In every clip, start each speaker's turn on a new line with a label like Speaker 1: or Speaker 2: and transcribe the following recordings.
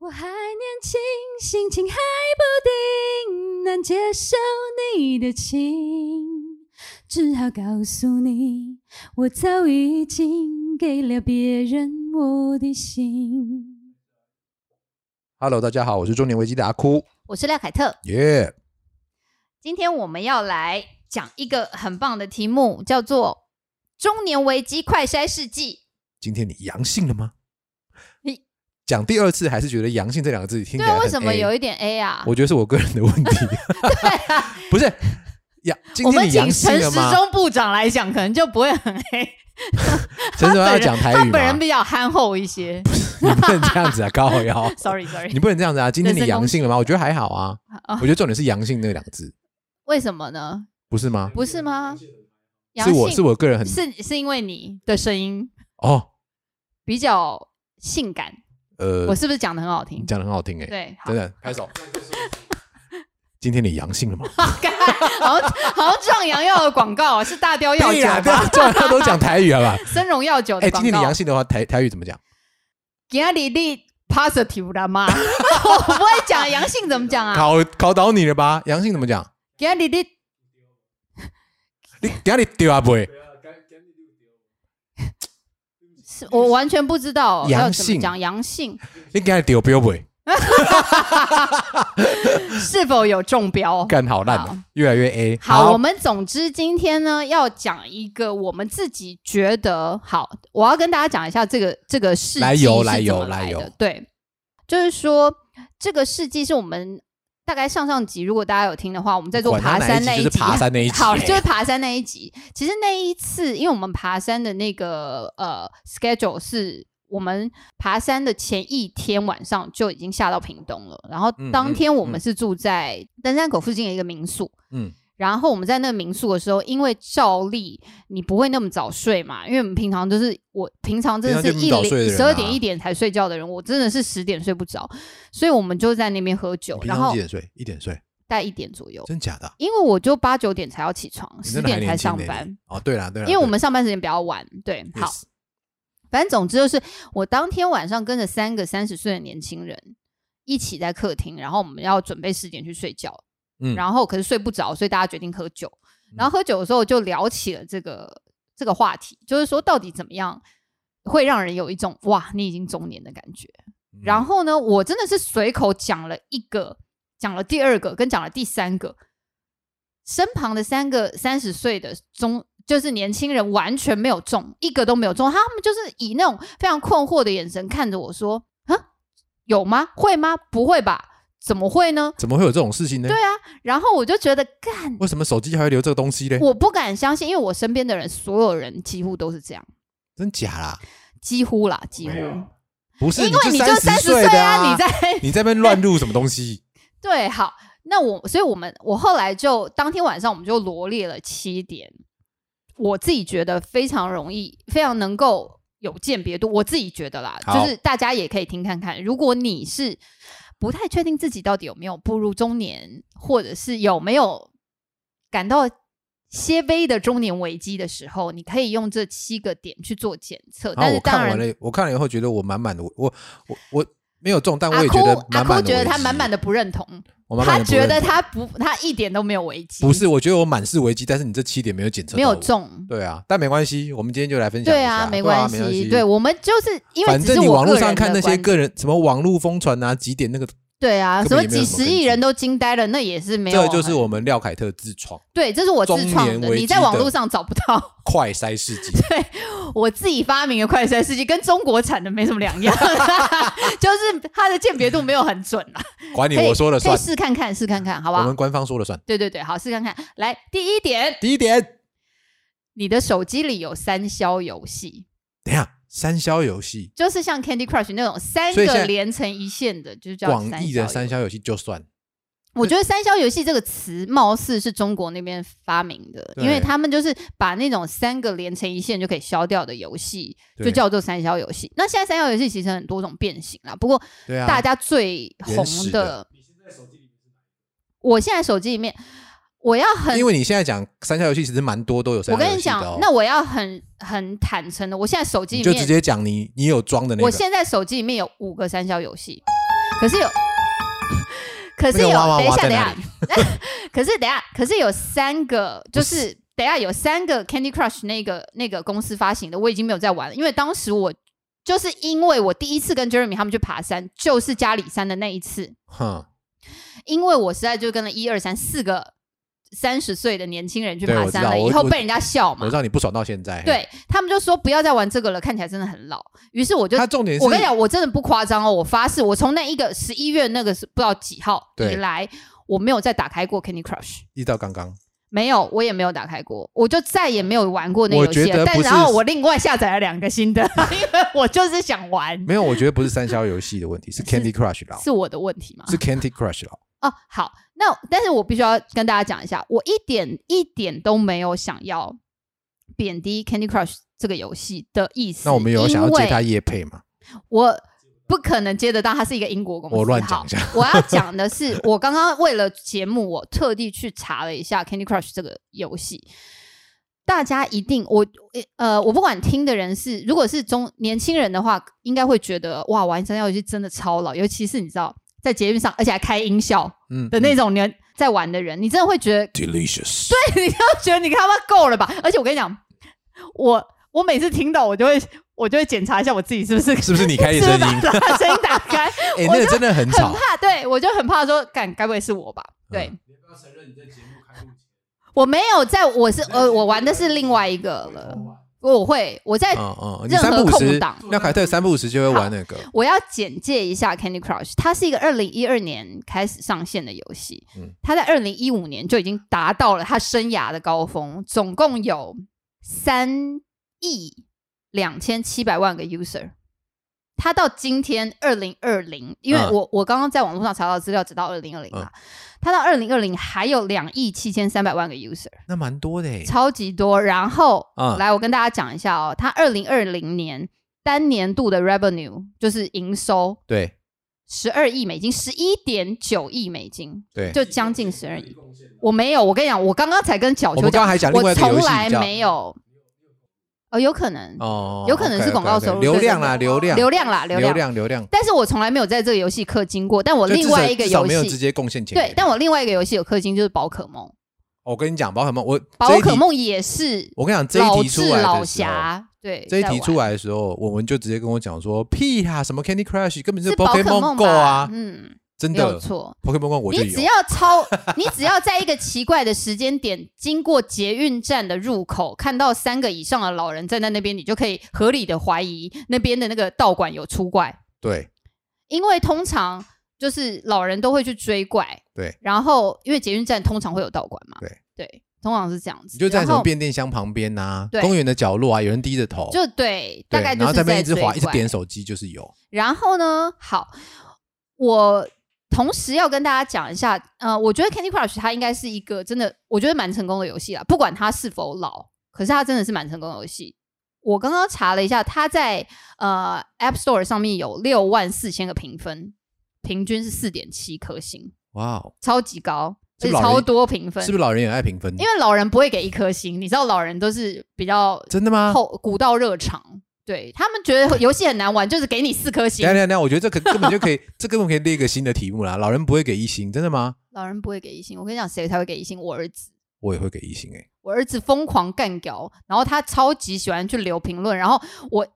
Speaker 1: 我还年轻，心情还不定，难接受你的情，只好告诉你，我早已经给了别人我的心。
Speaker 2: Hello，大家好，我是中年危机的阿哭，
Speaker 3: 我是廖凯特，
Speaker 2: 耶、
Speaker 3: 今天我们要来讲一个很棒的题目，叫做“中年危机快筛试剂
Speaker 2: 今天你阳性了吗？
Speaker 3: 你
Speaker 2: 讲第二次还是觉得阳性这两个字听”。起
Speaker 3: 对啊
Speaker 2: 来，很
Speaker 3: 为什么
Speaker 2: A
Speaker 3: 有一点 A 啊？
Speaker 2: 啊哎 我觉得是我个人的问题，
Speaker 3: 对啊，
Speaker 2: 不是阳。今
Speaker 3: 我
Speaker 2: 天
Speaker 3: 们
Speaker 2: 你
Speaker 3: 请
Speaker 2: 阳性
Speaker 3: 陈
Speaker 2: 了
Speaker 3: 时
Speaker 2: 吗？
Speaker 3: 中部长来讲，可能就不会很 A。
Speaker 2: 陈时中
Speaker 3: 他
Speaker 2: 要
Speaker 3: 本人
Speaker 2: 讲台
Speaker 3: 他
Speaker 2: 语
Speaker 3: 本人
Speaker 2: 吗？
Speaker 3: 比较憨厚一些。
Speaker 2: 你不能这样子啊，高 瑶，
Speaker 3: Sorry
Speaker 2: 你
Speaker 3: Sorry，
Speaker 2: 不能这样子啊！今天你
Speaker 3: 人身攻
Speaker 2: 阳性了吗？我觉得还好啊，
Speaker 3: 啊
Speaker 2: 我觉得重点是阳性那两个字，
Speaker 3: 为什么呢？
Speaker 2: 不是吗？
Speaker 3: 不是吗？阳
Speaker 2: 是
Speaker 3: 性
Speaker 2: 我是我个人很
Speaker 3: 是是因为你的声音
Speaker 2: 哦，
Speaker 3: 比较性感，
Speaker 2: 呃
Speaker 3: 我，是不是讲的很好听
Speaker 2: 你？讲的很好听哎、
Speaker 3: 对，好
Speaker 2: 真的 拍手。今天你阳性了吗？
Speaker 3: 干好 像好像壮阳药的广告是大雕药
Speaker 2: 对
Speaker 3: 酒
Speaker 2: 呀，对
Speaker 3: 吧？
Speaker 2: 啊，这样他都讲台语 好吧？
Speaker 3: 生荣药酒
Speaker 2: 哎、
Speaker 3: 的
Speaker 2: 今
Speaker 3: 广
Speaker 2: 天你
Speaker 3: 告。
Speaker 2: 阳性的话，台台语怎么讲？
Speaker 3: 今天你 positive 了吗？ 我不会讲阳性怎么讲啊？
Speaker 2: 考考倒你了吧？阳性怎么讲？
Speaker 3: 今天你
Speaker 2: 你等下你丢啊不会？
Speaker 3: 是我完全不知道
Speaker 2: 阳
Speaker 3: 要怎
Speaker 2: 性
Speaker 3: 么讲阳性
Speaker 2: 你等下丢标不会？
Speaker 3: 是否有中标。
Speaker 2: 干好烂
Speaker 3: 好
Speaker 2: 哦，越来越 A。
Speaker 3: 好，我们总之今天呢要讲一个我们自己觉得好，我要跟大家讲一下这个这个事
Speaker 2: 来
Speaker 3: 迹
Speaker 2: 由
Speaker 3: 是
Speaker 2: 来
Speaker 3: 怎
Speaker 2: 由
Speaker 3: 么
Speaker 2: 来
Speaker 3: 来
Speaker 2: 由
Speaker 3: 的。对，就是说这个事迹是我们大概上上集，如果大家有听的话，我们在做
Speaker 2: 管
Speaker 3: 爬
Speaker 2: 他
Speaker 3: 山
Speaker 2: 哪
Speaker 3: 那
Speaker 2: 一
Speaker 3: 一集，
Speaker 2: 集就是爬山那一集。
Speaker 3: 好，就是爬山那一集。其实那一次，因为我们爬山的那个呃 schedule 是我们爬山的前一天晚上就已经下到屏东了，然后
Speaker 2: 嗯
Speaker 3: 当
Speaker 2: 嗯
Speaker 3: 天我们
Speaker 2: 嗯
Speaker 3: 是住在登山口附近的一个民宿。
Speaker 2: 嗯，
Speaker 3: 然后我们在那个民宿的时候，因为照例你不会那么早睡嘛，因为我们平常都是我平常真的是
Speaker 2: 平常就
Speaker 3: 一
Speaker 2: 那么早睡的
Speaker 3: 零
Speaker 2: 人
Speaker 3: 十
Speaker 2: 啊
Speaker 3: 二点一点才睡觉的人，我真的是十点睡不着，所以我们就在那边喝酒
Speaker 2: 你，平
Speaker 3: 然
Speaker 2: 常
Speaker 3: 后
Speaker 2: 几点睡？哦一点睡，
Speaker 3: 大一点左右，
Speaker 2: 真假的啊？
Speaker 3: 因为我就八九点才要起床，
Speaker 2: 你
Speaker 3: 十
Speaker 2: 真的还
Speaker 3: 点才
Speaker 2: 年轻
Speaker 3: 上
Speaker 2: 呢
Speaker 3: 班，。
Speaker 2: 哦，对啦对啦，
Speaker 3: 因为
Speaker 2: 对
Speaker 3: 我们上班时间比较晚。对，好，
Speaker 2: Yes
Speaker 3: 反正总之就是我当天晚上跟着三个三十岁的年轻人一起在客厅，然后我们要准备十点去睡觉，
Speaker 2: 嗯
Speaker 3: 然后可是睡不着，所以大家决定喝酒。然后喝酒的时候就聊起了这个这个话题，就是说到底怎么样会让人有一种哇你已经中年的感觉。
Speaker 2: 嗯
Speaker 3: 然后呢，我真的是随口讲了一个，讲了第二个，跟讲了第三个，身旁的三个三十岁的中，就是年轻人完全没有中，一个都没有中，他们就是以那种非常困惑的眼神看着我说：“啊，有吗？会吗？不会吧？怎么会呢
Speaker 2: 怎么会有这种事情呢？对啊，？”
Speaker 3: 然后我就觉得干，
Speaker 2: 为什么手机还会留这个东西呢？
Speaker 3: 我不敢相信，因为我身边的人所有人几乎都是这样，
Speaker 2: 真假啦？
Speaker 3: 几乎啦，几乎，
Speaker 2: 没
Speaker 3: 因
Speaker 2: 有不是，
Speaker 3: 为你就
Speaker 2: 三
Speaker 3: 三
Speaker 2: 十
Speaker 3: 十岁
Speaker 2: 的
Speaker 3: 啊，你在
Speaker 2: 你在那边乱入什么东西？
Speaker 3: 对，好，那我所以我们我后来就当天晚上我们就罗列了七点，我自己觉得非常容易，非常能够有鉴别度，我自己觉得啦，
Speaker 2: 好
Speaker 3: 就是大家也可以听看看，如果你是不太确定自己到底有没有步入中年，或者是有没有感到。些微的中年危机的时候，你可以用这七个点去做检测，
Speaker 2: 然
Speaker 3: 但
Speaker 2: 后
Speaker 3: 是
Speaker 2: 啊我
Speaker 3: 当
Speaker 2: 看
Speaker 3: 然
Speaker 2: 完了，我看了以后觉得我满满的，我我我我没有中，但我
Speaker 3: 阿
Speaker 2: 也
Speaker 3: 哭
Speaker 2: 觉得
Speaker 3: 阿
Speaker 2: 满
Speaker 3: 哭
Speaker 2: 满的危机。
Speaker 3: 觉得他满满的不认同，
Speaker 2: 我满满
Speaker 3: 他
Speaker 2: 的不
Speaker 3: 觉
Speaker 2: 认
Speaker 3: 得
Speaker 2: 同
Speaker 3: 他不，他一点都没有危机，
Speaker 2: 不是，我觉得我满是危机，但是你这七点没有检测，
Speaker 3: 没有。中。
Speaker 2: 对啊，但没关系，我们今天就来分享一
Speaker 3: 对
Speaker 2: 下。
Speaker 3: 啊，
Speaker 2: 没
Speaker 3: 关
Speaker 2: 系，
Speaker 3: 对我们就是因为
Speaker 2: 反
Speaker 3: 只
Speaker 2: 正
Speaker 3: 是
Speaker 2: 你
Speaker 3: 我
Speaker 2: 网
Speaker 3: 个
Speaker 2: 络
Speaker 3: 人
Speaker 2: 上看那
Speaker 3: 的
Speaker 2: 些
Speaker 3: 观
Speaker 2: 个人什么网络疯传啊，几点那个，
Speaker 3: 对啊，
Speaker 2: 根
Speaker 3: 什
Speaker 2: 本
Speaker 3: 么
Speaker 2: 也没有
Speaker 3: 几
Speaker 2: 什么
Speaker 3: 十
Speaker 2: 根
Speaker 3: 亿
Speaker 2: 据
Speaker 3: 人都惊呆了，那也是没有
Speaker 2: 这
Speaker 3: 很。
Speaker 2: 就是我们廖凯特自创
Speaker 3: 对，这是我自
Speaker 2: 中
Speaker 3: 创
Speaker 2: 年
Speaker 3: 的，
Speaker 2: 危
Speaker 3: 你
Speaker 2: 机
Speaker 3: 在网
Speaker 2: 的
Speaker 3: 络上找不到，
Speaker 2: 快筛试剂。
Speaker 3: 我自己发明的快筛试剂跟中国产的没什么两样， 就是它的鉴别度没有很准啊。
Speaker 2: 管你
Speaker 3: 可以
Speaker 2: 我说了
Speaker 3: 可以
Speaker 2: 算，
Speaker 3: 试看看，试看看，好不啊
Speaker 2: 我
Speaker 3: 好
Speaker 2: 们？官方说了算。
Speaker 3: 对对对，好，试看看。来，第一点，
Speaker 2: 第一点，
Speaker 3: 你的手机里有三消游戏，
Speaker 2: 等一下三消游戏，
Speaker 3: 就是像 Candy Crush 那种三
Speaker 2: 所以现在
Speaker 3: 个连成一线的，就是叫
Speaker 2: 广
Speaker 3: 三
Speaker 2: 义
Speaker 3: 消
Speaker 2: 的
Speaker 3: 游
Speaker 2: 三消游戏就算。
Speaker 3: 我觉得“三消游戏”这个词，貌似是中国那边发明的，
Speaker 2: 对
Speaker 3: 因为他们就是把那种三个连成一线就可以消掉的游戏，
Speaker 2: 对
Speaker 3: 就叫做三消游戏。那现在三消游戏其实很多种变形啦，不过
Speaker 2: 对啊，
Speaker 3: 大家最
Speaker 2: 原
Speaker 3: 红
Speaker 2: 始
Speaker 3: 的
Speaker 2: 的，
Speaker 3: 我现在手机里面，我要很
Speaker 2: 因，为你现在讲三消游戏，其实蛮多都有三
Speaker 3: 我
Speaker 2: 消
Speaker 3: 跟
Speaker 2: 游
Speaker 3: 你
Speaker 2: 戏的
Speaker 3: 讲
Speaker 2: 哦。，
Speaker 3: 那我要很很坦诚的，我现在手机
Speaker 2: 你
Speaker 3: 里
Speaker 2: 就直
Speaker 3: 面，
Speaker 2: 接讲你你有装的那
Speaker 3: 我
Speaker 2: 个，
Speaker 3: 现在手机里面有五个三消游戏，可是有， 可是
Speaker 2: 那
Speaker 3: 有，
Speaker 2: 个哇哇哇
Speaker 3: 等一下，
Speaker 2: 在
Speaker 3: 等一
Speaker 2: 哪
Speaker 3: 下， 可是等一下，可是有三个，就是等一下有三个 Candy Crush 那个那个公司发行的，我已经没有在玩了，因为当时我就是因为我第一次跟 Jeremy 他们去爬山，就是加里山的那一次，
Speaker 2: 哼，
Speaker 3: 因为我实在就跟了一二三四个三十岁的年轻人去
Speaker 2: 对
Speaker 3: 爬
Speaker 2: 我知
Speaker 3: 山
Speaker 2: 道
Speaker 3: 了，
Speaker 2: 我
Speaker 3: 以后
Speaker 2: 我
Speaker 3: 被人家笑
Speaker 2: 我
Speaker 3: 嘛，
Speaker 2: 让你不爽到现在。，
Speaker 3: 对他们就说不要再玩这个了，看起来真的很老，于是我就
Speaker 2: 他重点是，
Speaker 3: 我跟你讲，我真的不夸张哦，我发誓，我从那一个十一月那个是不知道几号
Speaker 2: 对
Speaker 3: 以来，我没有再打开过 Candy Crush，
Speaker 2: 一到刚刚，
Speaker 3: 没有，我也没有打开过，我就再也没有玩过那
Speaker 2: 我
Speaker 3: 游戏
Speaker 2: 觉
Speaker 3: 了。
Speaker 2: 得
Speaker 3: 但
Speaker 2: 不是
Speaker 3: 然后我另外下载了两个新的， 因为我就是想玩，
Speaker 2: 没有，我觉得不是三消游戏的问 题，是 Candy Crush 老，
Speaker 3: 是我的问题吗？
Speaker 2: 是 Candy Crush 老。
Speaker 3: 哦，好，那但是我必须要跟大家讲一下，我一点一点都没有想要贬低 Candy Crush 这个游戏的意思。
Speaker 2: 那我们有想要
Speaker 3: 因为
Speaker 2: 接他叶配吗？
Speaker 3: 我不可能接得到，它是一个英国公司。
Speaker 2: 我乱讲一下
Speaker 3: 好我要讲的是，我刚刚为了节目，我特地去查了一下 Candy Crush 这个游戏。大家一定，我呃，我不管听的人是，如果是中年轻人的话，应该会觉得哇，玩三幺游戏真的超老，尤其是你知道在捷运上，而且还开音效
Speaker 2: 嗯
Speaker 3: 的那种年在玩的人，你真的会觉得 哎
Speaker 2: ，Delicious。
Speaker 3: 你要觉得你他妈够了吧？而且我跟你讲，我我每次听到我就会我就会检查一下我自己是不是
Speaker 2: 是不是你开的声音
Speaker 3: 是不是把声音打开，
Speaker 2: 哎、
Speaker 3: 我
Speaker 2: 那个
Speaker 3: 就
Speaker 2: 真的很
Speaker 3: 很
Speaker 2: 吵，
Speaker 3: 怕，对我就很怕说，干该不会是我吧？对。
Speaker 2: 嗯
Speaker 3: 我没有在，我是呃，我玩的是另外一个了。我会，我在
Speaker 2: 嗯嗯，你
Speaker 3: 任
Speaker 2: 三
Speaker 3: 何
Speaker 2: 不五
Speaker 3: 空
Speaker 2: 十
Speaker 3: 档，
Speaker 2: 廖凯特三不五十就会玩那个，
Speaker 3: 我要简介一下 Candy Crush，它是一个二零一二年开始上线的游戏，
Speaker 2: 嗯
Speaker 3: 它在二零一五年就已经达到了它生涯的高峰，总共有三亿两千七百万个 user。它到今天二零二零，因为
Speaker 2: 嗯
Speaker 3: 我、我刚刚在网络上查到资料，只到二零二零嘛，它到二零二零还有两亿七千三百万个 user，
Speaker 2: 那蛮多的哎、
Speaker 3: 超级多。然后、
Speaker 2: 嗯
Speaker 3: 来，我跟大家讲一下哦，它二零二零年单年度的 revenue 就是营收
Speaker 2: 对
Speaker 3: 十二亿美金，十一点九亿美金，
Speaker 2: 对，
Speaker 3: 就将近十二亿。我没有，我跟你讲，我刚刚才跟小
Speaker 2: 我
Speaker 3: 秋
Speaker 2: 们刚
Speaker 3: 讲，
Speaker 2: 刚还讲另外
Speaker 3: 我
Speaker 2: 一个游
Speaker 3: 从
Speaker 2: 戏
Speaker 3: 来
Speaker 2: 叫
Speaker 3: 没有，哦，有可能
Speaker 2: 哦，
Speaker 3: 有可能是
Speaker 2: OK，OK，OK，
Speaker 3: 广告收入
Speaker 2: 流量
Speaker 3: 对
Speaker 2: 啦，
Speaker 3: 对对
Speaker 2: 流量，
Speaker 3: 流量啦，流量。
Speaker 2: 流量，
Speaker 3: 但是我从来没有在这个游戏氪金过，但我
Speaker 2: 就
Speaker 3: 另
Speaker 2: 至
Speaker 3: 外
Speaker 2: 少
Speaker 3: 一个
Speaker 2: 至少
Speaker 3: 游
Speaker 2: 没有直
Speaker 3: 戏，
Speaker 2: 接贡献钱给
Speaker 3: 对
Speaker 2: 你。，
Speaker 3: 但我另外一个游戏有氪金，就是宝可梦，
Speaker 2: 我跟你讲，宝可梦，我这
Speaker 3: 宝
Speaker 2: 一
Speaker 3: 可
Speaker 2: 题，
Speaker 3: 梦也是
Speaker 2: 我跟你讲，这
Speaker 3: 老
Speaker 2: 一题出
Speaker 3: 智
Speaker 2: 来
Speaker 3: 老
Speaker 2: 的时候，
Speaker 3: 侠，对，
Speaker 2: 这一
Speaker 3: 在
Speaker 2: 题
Speaker 3: 玩
Speaker 2: 出来的时候，我们就直接跟我讲说，屁啦，什么 Candy Crush 根本就是
Speaker 3: 是宝可
Speaker 2: Pokemon
Speaker 3: 梦
Speaker 2: Go
Speaker 3: 吧
Speaker 2: 啊，
Speaker 3: 嗯，
Speaker 2: 真
Speaker 3: 没有
Speaker 2: 的
Speaker 3: 错，
Speaker 2: Pokemon Go 我就
Speaker 3: 你只
Speaker 2: 有，
Speaker 3: 要超， 你只要在一个奇怪的时间点经过捷运站的入口，看到三个以上的老人站在那边，你就可以合理的怀疑那边的那个道馆有出怪，
Speaker 2: 对
Speaker 3: 因为通常就是老人都会去追怪，
Speaker 2: 对，
Speaker 3: 然后因为捷运站通常会有道馆嘛，
Speaker 2: 对
Speaker 3: 对，通常是这样子，
Speaker 2: 你就在
Speaker 3: 然
Speaker 2: 什么
Speaker 3: 后
Speaker 2: 变电箱旁边呐
Speaker 3: 对，
Speaker 2: 公园的角落啊，有人低着头，
Speaker 3: 就对，大
Speaker 2: 对，
Speaker 3: 概就
Speaker 2: 然后
Speaker 3: 是
Speaker 2: 在那边一直
Speaker 3: 追
Speaker 2: 滑，一直
Speaker 3: 怪
Speaker 2: 点手机，就是有，
Speaker 3: 然后呢，好，我同时要跟大家讲一下，呃，我觉得 Candy Crush 它应该是一个真的，我觉得蛮成功的游戏啦，不管它是否老，可是它真的是蛮成功的游戏。我刚刚查了一下，它在呃 App Store 上面有六万四千个评分，平均是四点七颗星，
Speaker 2: 哇哦，
Speaker 3: 超级高，
Speaker 2: 是
Speaker 3: 而且
Speaker 2: 老人
Speaker 3: 超多评分。
Speaker 2: 是不是老人也爱评分？
Speaker 3: 因为老人不会给一颗星，你知道老人都是比较
Speaker 2: 真的吗？
Speaker 3: 后古道热肠，对他们觉得游戏很难玩，就是给你四颗星
Speaker 2: 等一下。等一下等一下，我觉得这可根本就可以， 这根本可以列一个新的题目啦。老人不会给一星，真的吗？
Speaker 3: 老人不会给一星，我跟你讲，谁才会给一星？我儿子，
Speaker 2: 我也会给一星哎、
Speaker 3: 我儿子疯狂干掉，然后他超级喜欢去留评论，然后我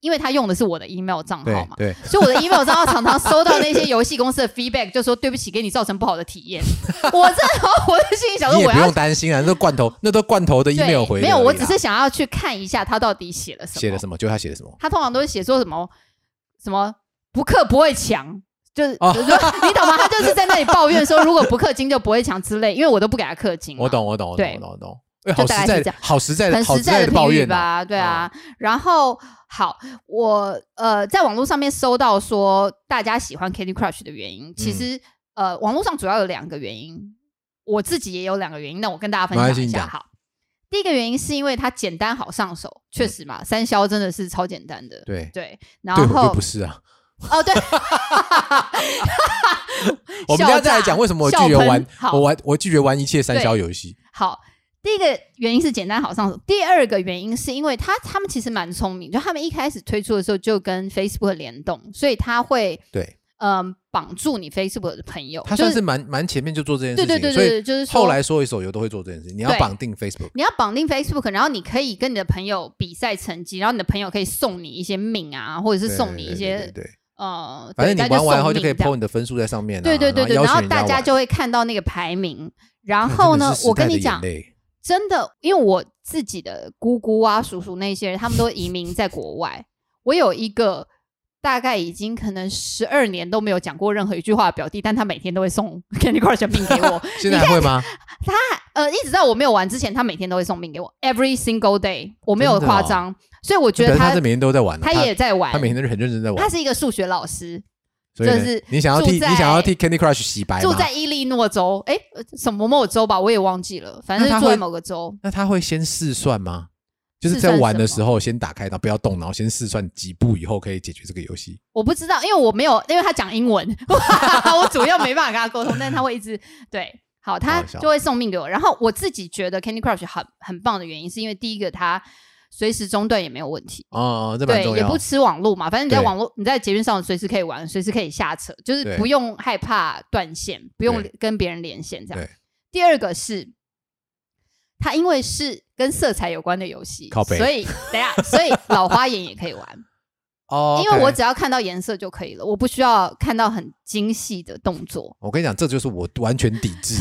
Speaker 3: 因为他用的是我的 email 账号嗯嘛，
Speaker 2: 对
Speaker 3: 所以我的 email 账号常常收到那些游戏公司的 feedback，就说对不起，给你造成不好的体验。 我这，然后我就心里想说，
Speaker 2: 对，你也
Speaker 3: 我
Speaker 2: 不
Speaker 3: 要
Speaker 2: 用担心啊，那都罐 头，那都罐头的
Speaker 3: 对
Speaker 2: email 回的
Speaker 3: 没有，
Speaker 2: 而已
Speaker 3: 我
Speaker 2: 啦
Speaker 3: 只是想要去看一下他到底写了什么。
Speaker 2: 写了什么，就他写的什么。
Speaker 3: 他通常都是写说什么什么不氪不会强，就是、
Speaker 2: 哦
Speaker 3: 就是说你懂吗？他就是在那里抱怨说，如果不氪金就不会强之类，因为我都不给他氪金嘛。
Speaker 2: 我懂，我懂，我懂，
Speaker 3: 嗯对
Speaker 2: 我懂，我懂。哎，
Speaker 3: 就
Speaker 2: 好
Speaker 3: 大概
Speaker 2: 实
Speaker 3: 是
Speaker 2: 在
Speaker 3: 这
Speaker 2: 的
Speaker 3: 样，
Speaker 2: 好实在的，
Speaker 3: 很
Speaker 2: 好
Speaker 3: 实
Speaker 2: 实在
Speaker 3: 的
Speaker 2: 抱
Speaker 3: 评语
Speaker 2: 怨
Speaker 3: 吧，
Speaker 2: 啊。
Speaker 3: 对啊。然后好，我呃在网络上面搜到说大家喜欢 Candy Crush 的原因，
Speaker 2: 嗯
Speaker 3: 其实、呃网络上主要有两个原因，我自己也有两个原因，那我跟大家分
Speaker 2: 没关系
Speaker 3: 享一
Speaker 2: 你
Speaker 3: 下。
Speaker 2: 讲
Speaker 3: 好，第一个原因是因为它简单好上手，确实嘛，三消真的是超简单的。
Speaker 2: 嗯对，
Speaker 3: 对，然
Speaker 2: 对我
Speaker 3: 后
Speaker 2: 就不是啊。
Speaker 3: 哦， 对，
Speaker 2: 我们等一下再来
Speaker 3: 笑
Speaker 2: 讲为什么我拒
Speaker 3: 笑
Speaker 2: 绝
Speaker 3: 喷
Speaker 2: 玩，
Speaker 3: 好
Speaker 2: 我玩我拒绝玩一切三消游戏。
Speaker 3: 好，第一个原因是简单好上手，第二个原因是因为他他们其实蛮聪明，就他们一开始推出的时候就跟 Facebook 联动，所以他会
Speaker 2: 对，
Speaker 3: 嗯绑住你 Facebook 的朋友，
Speaker 2: 他
Speaker 3: 就
Speaker 2: 算是蛮蛮前面就做这件事
Speaker 3: 对
Speaker 2: 情，
Speaker 3: 对对对对，就是
Speaker 2: 所以
Speaker 3: 说
Speaker 2: 后来所有手游都会做这件事情，你要
Speaker 3: 对
Speaker 2: 绑定 Facebook，
Speaker 3: 你要绑定 Facebook，然后你可以跟你的朋友比赛成绩，然后你的朋友可以送你一些命啊，或者是送你一
Speaker 2: 对
Speaker 3: 些
Speaker 2: 对对对对
Speaker 3: 呃，
Speaker 2: 反正你
Speaker 3: 对
Speaker 2: 玩完后就可以
Speaker 3: 大家送
Speaker 2: PO 你的分数在上面啊，
Speaker 3: 命这样对对对对，
Speaker 2: 然
Speaker 3: 然
Speaker 2: 后
Speaker 3: 后
Speaker 2: 邀请人
Speaker 3: 大家
Speaker 2: 玩
Speaker 3: 就会看到那个排名。 然后呢
Speaker 2: 真的是，时
Speaker 3: 我跟
Speaker 2: 代
Speaker 3: 你
Speaker 2: 的
Speaker 3: 讲
Speaker 2: 眼， 泪
Speaker 3: 真的，因为我自己的姑姑啊、叔叔那些人，他们都移民在国外。我有一个大概已经可能十二年都没有讲过任何一句话的表弟，但他每天都会送 Candy Crush 的命给 我。
Speaker 2: 现在还会吗？
Speaker 3: 呃，一直在我没有玩之前，他每天都会送命给我，every single day，我没有
Speaker 2: 真的哦
Speaker 3: 夸张。所以我觉
Speaker 2: 表
Speaker 3: 得
Speaker 2: 示
Speaker 3: 他
Speaker 2: 他是每天都在玩啊，
Speaker 3: 他也在玩
Speaker 2: 他，每天都是很认真在
Speaker 3: 他
Speaker 2: 玩，
Speaker 3: 是一个数学老师，
Speaker 2: 所以呢
Speaker 3: 就是
Speaker 2: 你想要替
Speaker 3: 住在
Speaker 2: 你想要替 Candy Crush 洗白
Speaker 3: 住
Speaker 2: 吗？
Speaker 3: 在伊利诺州，哎，呃什么某州吧，我也忘记了，反正是
Speaker 2: 那他
Speaker 3: 住在
Speaker 2: 会
Speaker 3: 某个州。
Speaker 2: 那他会先试算吗？就是
Speaker 3: 试
Speaker 2: 在
Speaker 3: 算
Speaker 2: 玩
Speaker 3: 什
Speaker 2: 的
Speaker 3: 么
Speaker 2: 时候先打开，然后不要动，然后先试算几步以后可以解决这个游戏。
Speaker 3: 我不知道，因为我没有，因为他讲英文， 我主要没办法跟他沟通，但他会一直对。好，他
Speaker 2: 好笑
Speaker 3: 就会送命给我。然后我自己觉得 Candy Crush 很很棒的原因，是因为第一个它随时中断也没有问题，
Speaker 2: 哦，这蛮
Speaker 3: 对，
Speaker 2: 重
Speaker 3: 也
Speaker 2: 要
Speaker 3: 不。吃网络嘛，反正你在
Speaker 2: 对
Speaker 3: 网络，你在捷运上随时可以玩，随时可以下车，就是
Speaker 2: 对
Speaker 3: 不用害怕断线，不用
Speaker 2: 对
Speaker 3: 跟别人连线这样
Speaker 2: 对。
Speaker 3: 第二个是，它因为是跟色彩有关的游戏
Speaker 2: 靠，北
Speaker 3: 所以等一下，所以老花眼也可以玩，
Speaker 2: 哦，
Speaker 3: 因为我
Speaker 2: OK
Speaker 3: 只要看到颜色就可以了，我不需要看到很精细的动作，
Speaker 2: 我跟你讲，这就是我完全抵制，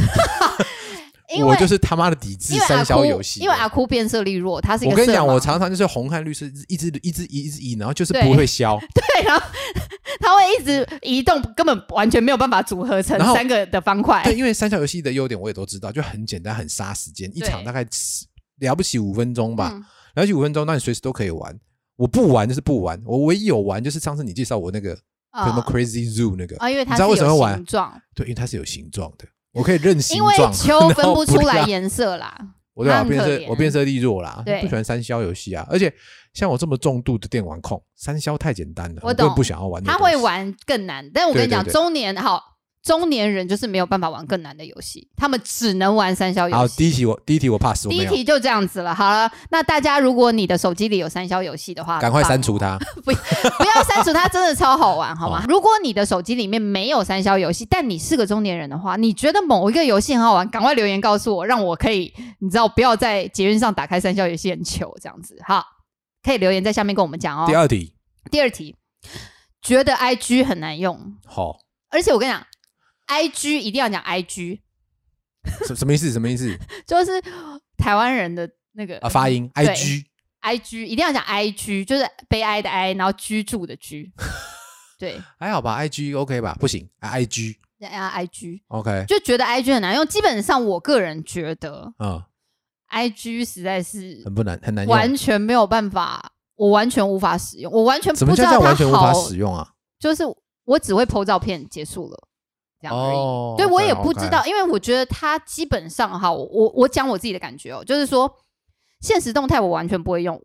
Speaker 3: 因
Speaker 2: 我
Speaker 3: 为
Speaker 2: 就是他妈的抵制
Speaker 3: 因为
Speaker 2: 三
Speaker 3: 阿
Speaker 2: 消
Speaker 3: 哭
Speaker 2: 游戏的。
Speaker 3: 因为阿哭变色力弱，它是一
Speaker 2: 我
Speaker 3: 个
Speaker 2: 跟你
Speaker 3: 色
Speaker 2: 讲，我
Speaker 3: 盲
Speaker 2: 常常就是红和绿是一直一直一直一，然后就是
Speaker 3: 对
Speaker 2: 不会消。
Speaker 3: 对，然后 它会一直移动，根本完全没有办法组合成
Speaker 2: 然后哎
Speaker 3: 三个的方块。
Speaker 2: 对，因为三消游戏的优点我也都知道，就很简单，很杀时间，一
Speaker 3: 对
Speaker 2: 场大概十了不起五分钟吧。
Speaker 3: 嗯
Speaker 2: 了解五分钟，那你随时都可以玩。我不玩就是不玩，我唯一有玩就是上次你介绍我那个
Speaker 3: 啊
Speaker 2: 什么 Crazy Zoo 那个，
Speaker 3: 啊，因为它
Speaker 2: 你知道
Speaker 3: 是
Speaker 2: 为什么
Speaker 3: 有
Speaker 2: 会玩
Speaker 3: 形状，
Speaker 2: 对，因为它是有形状的，我可以认形
Speaker 3: 因为
Speaker 2: 状，
Speaker 3: 球
Speaker 2: 然
Speaker 3: 分
Speaker 2: 后
Speaker 3: 不
Speaker 2: 不
Speaker 3: 出来
Speaker 2: 让
Speaker 3: 颜色 啦。
Speaker 2: 我对
Speaker 3: 它
Speaker 2: 啊，
Speaker 3: 很
Speaker 2: 变
Speaker 3: 可
Speaker 2: 色我变
Speaker 3: 怜
Speaker 2: 色力弱啦，
Speaker 3: 对
Speaker 2: 不喜欢三消游戏啊，而且像我这么重度的电玩控，三消太简单了，
Speaker 3: 我
Speaker 2: 我根本
Speaker 3: 懂
Speaker 2: 不想要玩那
Speaker 3: 他
Speaker 2: 个东西。
Speaker 3: 会玩更难，但我跟你
Speaker 2: 对对
Speaker 3: 讲，
Speaker 2: 对
Speaker 3: 中年好中年人就是没有办法玩更难的游戏，他们只能玩三消游
Speaker 2: 好，
Speaker 3: 戏。
Speaker 2: 第一题我第一题我 pass，我
Speaker 3: 第
Speaker 2: 没
Speaker 3: 一
Speaker 2: 有，
Speaker 3: 题就这样子了。好了，那大家如果你的手机里有三消游戏的话，
Speaker 2: 赶快
Speaker 3: 放
Speaker 2: 删除它。
Speaker 3: 不要删除它，真的超好玩，好吗？如果你的手机里面没有三消游戏，但你是个中年人的话，你觉得某一个游戏很好玩，赶快留言告诉我，让我可以，你知道，不要在捷运上打开三消游戏很糗这样子。好，可以留言在下面跟我们讲哦。
Speaker 2: 第二题，
Speaker 3: 第二题，觉得 IG 很难用，
Speaker 2: 好，
Speaker 3: 而且我跟你讲，IG 一定要讲 IG，
Speaker 2: 什什么意思？什么意思
Speaker 3: 就是台湾人的那个、
Speaker 2: 啊？发音
Speaker 3: 对
Speaker 2: IG
Speaker 3: IG 一定要讲 IG，就是悲哀的哀，然后居住的 居，对，
Speaker 2: 还好吧？IG OK 吧？不行啊，IG
Speaker 3: 要 IG。
Speaker 2: OK，
Speaker 3: 就觉得 IG 很难用。基本上，我个人觉得
Speaker 2: 嗯，
Speaker 3: IG 实在是
Speaker 2: 很不难，很难用。
Speaker 3: 完全没有办法，我完全无法使用，我完全
Speaker 2: 什么
Speaker 3: 不知道
Speaker 2: 叫叫
Speaker 3: 它
Speaker 2: 完全无
Speaker 3: 好，
Speaker 2: 法使用啊？
Speaker 3: 就是我只会 PO 照片结束了，这样而已。
Speaker 2: 哦，
Speaker 3: 对我也
Speaker 2: OK，OK
Speaker 3: 不知道，因为我觉得它基本上哈，我我我讲我自己的感觉哦，就是说现实动态我完全不会用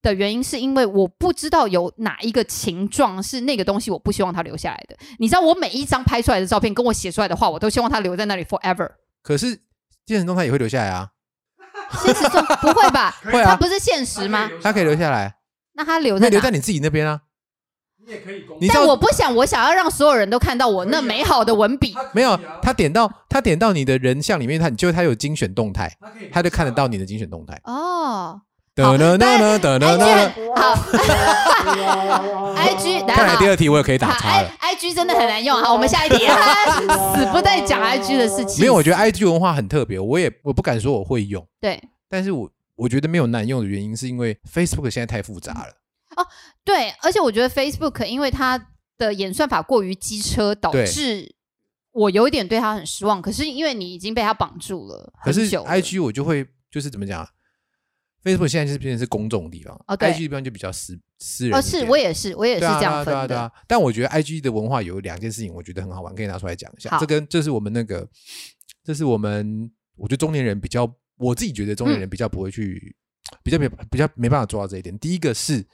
Speaker 3: 的原因，是因为我不知道有哪一个情状是那个东西我不希望它留下来的。你知道，我每一张拍出来的照片跟我写出来的话，我都希望它留在那里 forever。
Speaker 2: 可是现实动态也会留下来啊，
Speaker 3: 现实中不会吧？
Speaker 2: 会
Speaker 3: 它
Speaker 2: 啊，
Speaker 3: 不是现实吗？
Speaker 2: 它可以留下来，
Speaker 3: 那它留
Speaker 2: 那
Speaker 3: 在
Speaker 2: 留
Speaker 3: 哪？
Speaker 2: 在你自己那边啊。
Speaker 4: 你也可以公
Speaker 2: 你知
Speaker 3: 但
Speaker 2: 道啊
Speaker 3: 我不想，我想要让所有人都看到我那美好的文笔。
Speaker 2: 没有？他点到他点到你的人像里面，他就他有精选动态，
Speaker 4: 他可以，
Speaker 2: 他就看得到你的精选动态。
Speaker 3: 哦
Speaker 2: 等等等等等
Speaker 3: 哎
Speaker 2: 等等。
Speaker 3: 好，IG 来
Speaker 2: 看 来
Speaker 3: 好
Speaker 2: 第二题我也可以打
Speaker 3: 好
Speaker 2: 叉了。
Speaker 3: I G 真的很难用。啊好，我们 下一题， 死不再讲 I G 的事情。
Speaker 2: 没有，我觉得 IG 文化很特别，我也我不敢说我会用，
Speaker 3: 对
Speaker 2: 但是我我觉得没有难用的原因是因为 Facebook 现在太复杂了，
Speaker 3: 对，而且我觉得 Facebook 因为它的演算法过于机车，导
Speaker 2: 对
Speaker 3: 致我有一点对它很失望。可是因为你已经被它绑住了，
Speaker 2: 可是
Speaker 3: 很久了
Speaker 2: IG 我就会就是怎么讲啊，Facebook 现在就是变成是公众的地方、
Speaker 3: 哦对
Speaker 2: i g 地方就比较私私人
Speaker 3: 哦，
Speaker 2: 一点。
Speaker 3: 是我也是，我也是
Speaker 2: 对啊
Speaker 3: 这
Speaker 2: 对
Speaker 3: 样
Speaker 2: 啊对啊
Speaker 3: 分
Speaker 2: 对
Speaker 3: 的。
Speaker 2: 啊。但我觉得 IG 的文化有两件事情，我觉得很好玩，可以拿出来讲一下。
Speaker 3: 好
Speaker 2: 这跟这是我们那个，这是我们我觉得中年人比较，我自己觉得中
Speaker 3: 嗯
Speaker 2: 年人比较不会去，比较没比较没办法做到这一点。第一个是。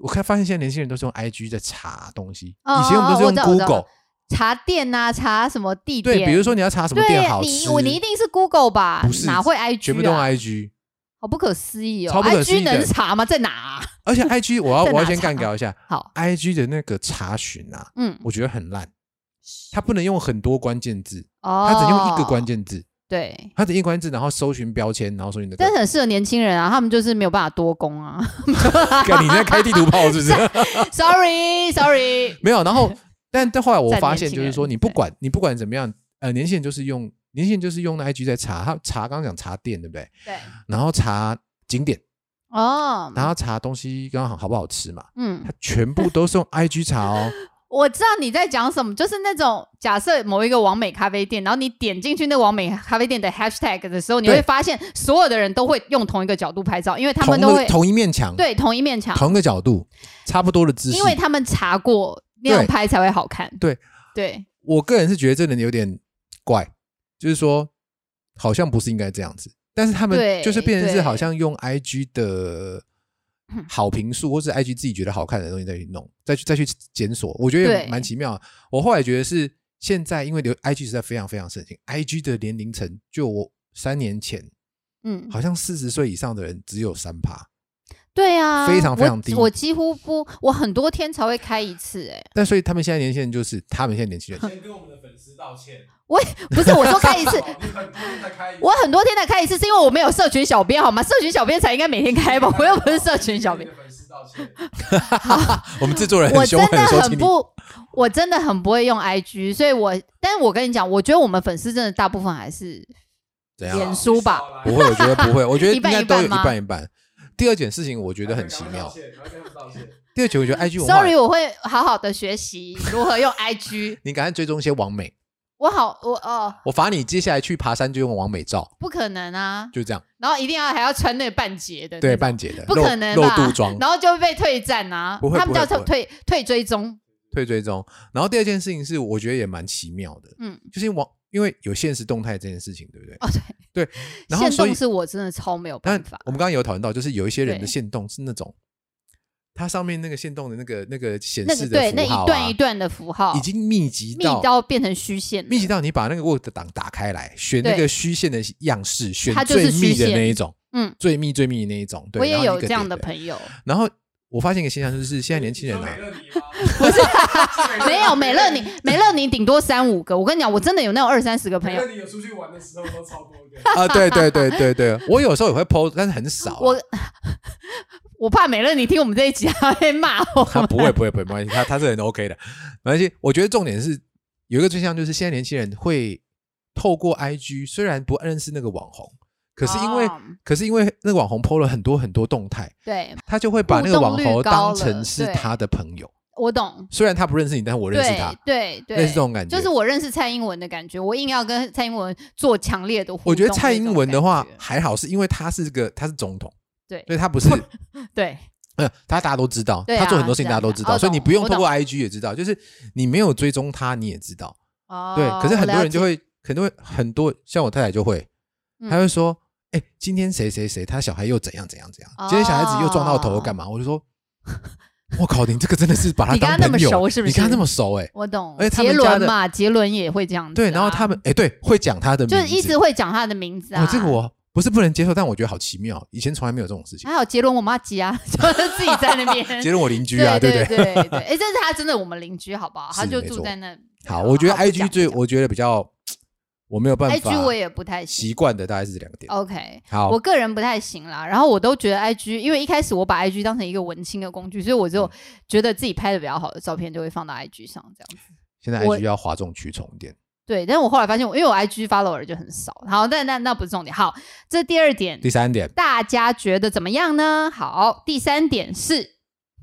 Speaker 2: 我看发现现在年轻人都是用 IG 在查东西，
Speaker 3: 哦
Speaker 2: 以前我们都是
Speaker 3: 哦哦我
Speaker 2: 用
Speaker 3: 知道我
Speaker 2: Google，
Speaker 3: 查店啊，查什么地点？
Speaker 2: 对，比如说你要查什么
Speaker 3: 对
Speaker 2: 店好
Speaker 3: 你
Speaker 2: 吃，
Speaker 3: 我你一定是 Google 吧？
Speaker 2: 不是
Speaker 3: 哪会 IG？、啊、
Speaker 2: 全部都用 IG，
Speaker 3: 好不可思议哦
Speaker 2: 超不可思议
Speaker 3: i
Speaker 2: 的
Speaker 3: g 能查吗？在哪啊、
Speaker 2: 而且 IG 我要
Speaker 3: 在
Speaker 2: 我要
Speaker 3: 哪
Speaker 2: 先
Speaker 3: 查
Speaker 2: 干掉一下
Speaker 3: 好，
Speaker 2: IG 的那个查询啊，
Speaker 3: 嗯，
Speaker 2: 我觉得很烂，它不能用很多关键字，
Speaker 3: 哦，
Speaker 2: 它只能用一个关，键字，
Speaker 3: 对。
Speaker 2: 它只用一个关键字，然后搜寻标签，然后搜寻的。
Speaker 3: 但是很适合年轻人啊，他们就是没有办法多攻啊。
Speaker 2: 干你在开 地图炮是不是？
Speaker 3: Sorry，Sorry，
Speaker 2: 没有，然后但但后来我
Speaker 3: 在
Speaker 2: 发
Speaker 3: 年
Speaker 2: 现，
Speaker 3: 轻
Speaker 2: 就是
Speaker 3: 人
Speaker 2: 说你不
Speaker 3: 对
Speaker 2: 管你不管怎么样，呃，年轻人就是用年轻人就是用那 IG 在查，他查刚刚讲查店对不对？
Speaker 3: 对，
Speaker 2: 然后查景点，
Speaker 3: 哦，
Speaker 2: 然后查东西刚好好不好吃嘛，
Speaker 3: 嗯，
Speaker 2: 他全部都是用 IG 查哦。
Speaker 3: 我知道你在讲什么，就是那种假设某一个完美咖啡店，然后你点进去那完美咖啡店的 hashtag 的时候，你
Speaker 2: 对
Speaker 3: 会发现所有的人都会用同一个角度拍照，因 为他们
Speaker 2: 同
Speaker 3: 都
Speaker 2: 个
Speaker 3: 会
Speaker 2: 同一面墙，
Speaker 3: 对同一面墙，
Speaker 2: 同一个角度，差不多的姿势
Speaker 3: 因。为他们查过那样
Speaker 2: 对
Speaker 3: 拍才会好看。
Speaker 2: 对
Speaker 3: 对，
Speaker 2: 我个人是觉得这人有点怪，就是说好像不是应该这样子，但是他们
Speaker 3: 对
Speaker 2: 就是变成是
Speaker 3: 对
Speaker 2: 好像用 IG 的好评数或是 IG 自己觉得好看的东西再去弄，再去再去检索，我觉得也
Speaker 3: 对
Speaker 2: 蛮奇妙的。我后来觉得是现在因为流 IG 实在非常非常盛行，IG 的年龄层就我三年前
Speaker 3: 嗯，
Speaker 2: 好像四十岁以上的人只有三趴，
Speaker 3: 对啊，
Speaker 2: 非常非常低
Speaker 3: 我我几乎不，我很多天才会开一次、哎，
Speaker 2: 但所以他们现在年轻人就是他们现在年轻人
Speaker 4: 先跟我们的粉丝道歉，
Speaker 3: 不是我说开一 次。
Speaker 4: 好你很多人在开一
Speaker 3: 我很多天才开一次，是因为我没有社群小编，好吗？社群小编才应该每天开吧，我又不是社群小编。
Speaker 4: 跟粉丝道歉，
Speaker 2: 我们制作人
Speaker 3: 我
Speaker 2: 很
Speaker 3: 真
Speaker 2: 凶狠
Speaker 3: 的
Speaker 2: 地说，
Speaker 3: 很
Speaker 2: 请你
Speaker 3: 不，我真的很不会用 IG，所以我，但我跟你讲，我觉得我们粉丝真的大部分还是
Speaker 2: 怎样？
Speaker 3: 脸书吧，
Speaker 4: 少来
Speaker 2: 不会，我觉得不会，我觉得
Speaker 3: 一
Speaker 2: 应
Speaker 3: 半
Speaker 2: 该
Speaker 3: 一
Speaker 2: 都
Speaker 3: 半
Speaker 2: 有一
Speaker 3: 吗
Speaker 2: 半一半。第二件事情我觉得很奇妙，
Speaker 4: 然后跟他们道歉，
Speaker 2: 第二件 我觉得 IG 文化
Speaker 3: Sorry，我会好好的学习如何 用 IG。
Speaker 2: 你赶快追踪一些网美，
Speaker 3: 我好，我哦，
Speaker 2: 我罚你接下来去爬山就用网美照，
Speaker 3: 不可能啊！
Speaker 2: 就这样，
Speaker 3: 然后一定要还要穿那半截的那种，
Speaker 2: 对，半截的，
Speaker 3: 不
Speaker 2: 露
Speaker 3: 可能
Speaker 2: 露
Speaker 3: 吧
Speaker 2: 肚装，
Speaker 3: 然后就会被退战啊
Speaker 2: 不会！
Speaker 3: 他们
Speaker 2: 不会
Speaker 3: 叫
Speaker 2: 不会
Speaker 3: 退退追踪，
Speaker 2: 退追踪。然后第二件事情是，我觉得也蛮奇妙的，
Speaker 3: 嗯，
Speaker 2: 就是网因为有现实动态这件事情，对不对？
Speaker 3: 哦
Speaker 2: 对对。然后
Speaker 3: 限
Speaker 2: 所以
Speaker 3: 动，是我真的超没有
Speaker 2: 但
Speaker 3: 办法。
Speaker 2: 我们刚刚有讨论到，就是有一些人的
Speaker 3: 对
Speaker 2: 限动是那种，它上面那个限动的那个那个显
Speaker 3: 那
Speaker 2: 示
Speaker 3: 个
Speaker 2: 的
Speaker 3: 对，那
Speaker 2: 符号
Speaker 3: 一
Speaker 2: 啊
Speaker 3: 段一段的符号
Speaker 2: 已经密集
Speaker 3: 密
Speaker 2: 到
Speaker 3: 到变成虚线了，
Speaker 2: 密集到你把那个 Word 档打开来，选那
Speaker 3: 对
Speaker 2: 个虚线的样式，选
Speaker 3: 它就是
Speaker 2: 最密
Speaker 3: 虚
Speaker 2: 的
Speaker 3: 线
Speaker 2: 那一种，
Speaker 3: 嗯，
Speaker 2: 最密最密的那一种。对，
Speaker 3: 我
Speaker 2: 然
Speaker 3: 也
Speaker 2: 后
Speaker 3: 有
Speaker 2: 一个
Speaker 3: 这样
Speaker 2: 点
Speaker 3: 的朋友，
Speaker 2: 然后我发现一个现象，就是现在年轻人 啊，
Speaker 4: 不是
Speaker 3: 没有美乐你，美乐你顶多三五个。我跟你讲，我真的有那种二三十个朋
Speaker 4: 美
Speaker 3: 友
Speaker 4: 乐。你有出去玩的时候都超多个，
Speaker 2: 啊，对对对对对，我有时候也会 PO，但是很少啊。
Speaker 3: 我 我怕美乐你听我们这一集，他会骂我。
Speaker 2: 啊他不会不会不会，没关系，他他是很 OK 的，没关系。我觉得重点是有一个现象，就是现在年轻人会透过 IG，虽然不认识那个网红，可是因为、
Speaker 3: 哦
Speaker 2: 可是因为那个网红 PO 了很多很多动态，
Speaker 3: 对，
Speaker 2: 他就会把那个
Speaker 3: 互动
Speaker 2: 网
Speaker 3: 率高
Speaker 2: 红当
Speaker 3: 了
Speaker 2: 成是
Speaker 3: 对
Speaker 2: 他的朋友。
Speaker 3: 我懂。
Speaker 2: 虽然他不认识你，但是我认识
Speaker 3: 对
Speaker 2: 他，
Speaker 3: 对对，
Speaker 2: 类似这种感觉。
Speaker 3: 就是我认识蔡英文的感觉，我硬要跟蔡英文做强烈的互动。
Speaker 2: 我觉得蔡英文的话
Speaker 3: 那种感觉
Speaker 2: 还好，是因为他是个他是总统，
Speaker 3: 对
Speaker 2: 所以他不是
Speaker 3: 对
Speaker 2: 呃，他大家都知道，
Speaker 3: 对啊
Speaker 2: 他做很多事情
Speaker 3: 是啊
Speaker 2: 大家都知
Speaker 3: 是
Speaker 2: 道，
Speaker 3: 啊
Speaker 2: 所以你不用透
Speaker 3: 我
Speaker 2: 过
Speaker 3: 懂
Speaker 2: IG 也知道，就是你没有追踪他你也知道，
Speaker 3: 哦，
Speaker 2: 对。可是很多人就
Speaker 3: 我了解
Speaker 2: 会很多很多像我太太就会，
Speaker 3: 嗯
Speaker 2: 她会说，哎，今天谁谁谁他小孩又怎样怎样怎样，
Speaker 3: 哦
Speaker 2: 今天小孩子又撞到头又干嘛？我就说，我靠，你这个真的是把他
Speaker 3: 你跟他
Speaker 2: 当
Speaker 3: 那么
Speaker 2: 朋友，欸
Speaker 3: 熟是不
Speaker 2: 你跟他
Speaker 3: 是
Speaker 2: 那么熟哎，
Speaker 3: 我懂
Speaker 2: 而且。他们
Speaker 3: 杰
Speaker 2: 家
Speaker 3: 伦
Speaker 2: 的
Speaker 3: 嘛，杰伦也会这样子啊。
Speaker 2: 对。然后他们哎，对，会讲他的名
Speaker 3: 就
Speaker 2: 字，
Speaker 3: 是一直会讲他的名字啊。
Speaker 2: 哦，这个我不是不能接受，但我觉得好奇妙，以前从来没有这种事情。
Speaker 3: 还好杰伦我妈急啊， 就是自己在那边。
Speaker 2: 杰伦我邻居啊，
Speaker 3: 对
Speaker 2: 不对？
Speaker 3: 对对 对，哎，这是他真的我们邻居，好不好？
Speaker 2: 是
Speaker 3: 他就
Speaker 2: 没
Speaker 3: 住
Speaker 2: 错
Speaker 3: 在那。
Speaker 2: 好，我觉得
Speaker 3: 好不讲
Speaker 2: IG 最
Speaker 3: 不讲
Speaker 2: 我觉得比较我没有办
Speaker 3: IG 我
Speaker 2: 法
Speaker 3: 也不太行。
Speaker 2: 习惯的大概是这两个点。
Speaker 3: OK，
Speaker 2: 好
Speaker 3: 我，个人不太行啦。然后我都觉得 IG，因为一开始我把 IG 当成一个文青的工具，所以我
Speaker 2: 嗯
Speaker 3: 就觉得自己拍的比较好的照片就会放到 IG 上这样子。
Speaker 2: 现在
Speaker 3: 我
Speaker 2: IG 要哗众取宠一点。
Speaker 3: 对，但是我后来发现我，因为我 IG follower 就很少。好，但那那不是重点。好，这第二点
Speaker 2: 第，三点，
Speaker 3: 大家觉得怎么样呢？好，第三点是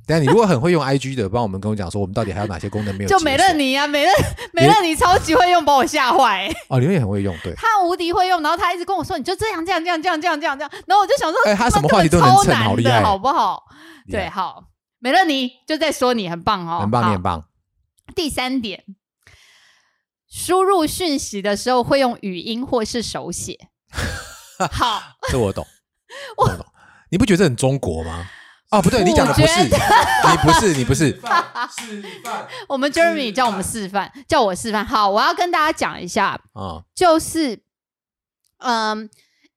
Speaker 2: 但你如果很会用 IG 的，帮我们跟我讲说，我们到底还有哪些功能没有解
Speaker 3: 就
Speaker 2: 锁？
Speaker 3: 美乐你啊，美乐美乐你超级会用，把我吓坏、
Speaker 2: 哦，你们也很会用，对。
Speaker 3: 他无敌会用，然后他一直跟我说你就这样这样这样这样这样这样这样，然后我就想说，
Speaker 2: 哎他什么
Speaker 3: 根
Speaker 2: 话题
Speaker 3: 本
Speaker 2: 都能
Speaker 3: 超
Speaker 2: 蹭
Speaker 3: 难
Speaker 2: 好厉
Speaker 3: 的
Speaker 2: 害
Speaker 3: 好不好？
Speaker 2: 厉害
Speaker 3: 对，，好，美乐你就在说你很棒哦，
Speaker 2: 很棒，你
Speaker 3: 好
Speaker 2: 很棒。
Speaker 3: 第三点，输入讯息的时候会用语音或是手 写。好，
Speaker 2: 这我 懂，我懂。你不觉得很中国吗？哦，不对，你讲的不是，
Speaker 3: 我觉
Speaker 2: 你不是，你不是
Speaker 4: 示。范示范，
Speaker 3: 我们 Jeremy
Speaker 4: 示
Speaker 3: 叫我们
Speaker 4: 范
Speaker 3: 示范，叫
Speaker 2: 哦
Speaker 3: 我示范。好，我要跟大家讲一下，
Speaker 2: 啊，
Speaker 3: 就是，嗯，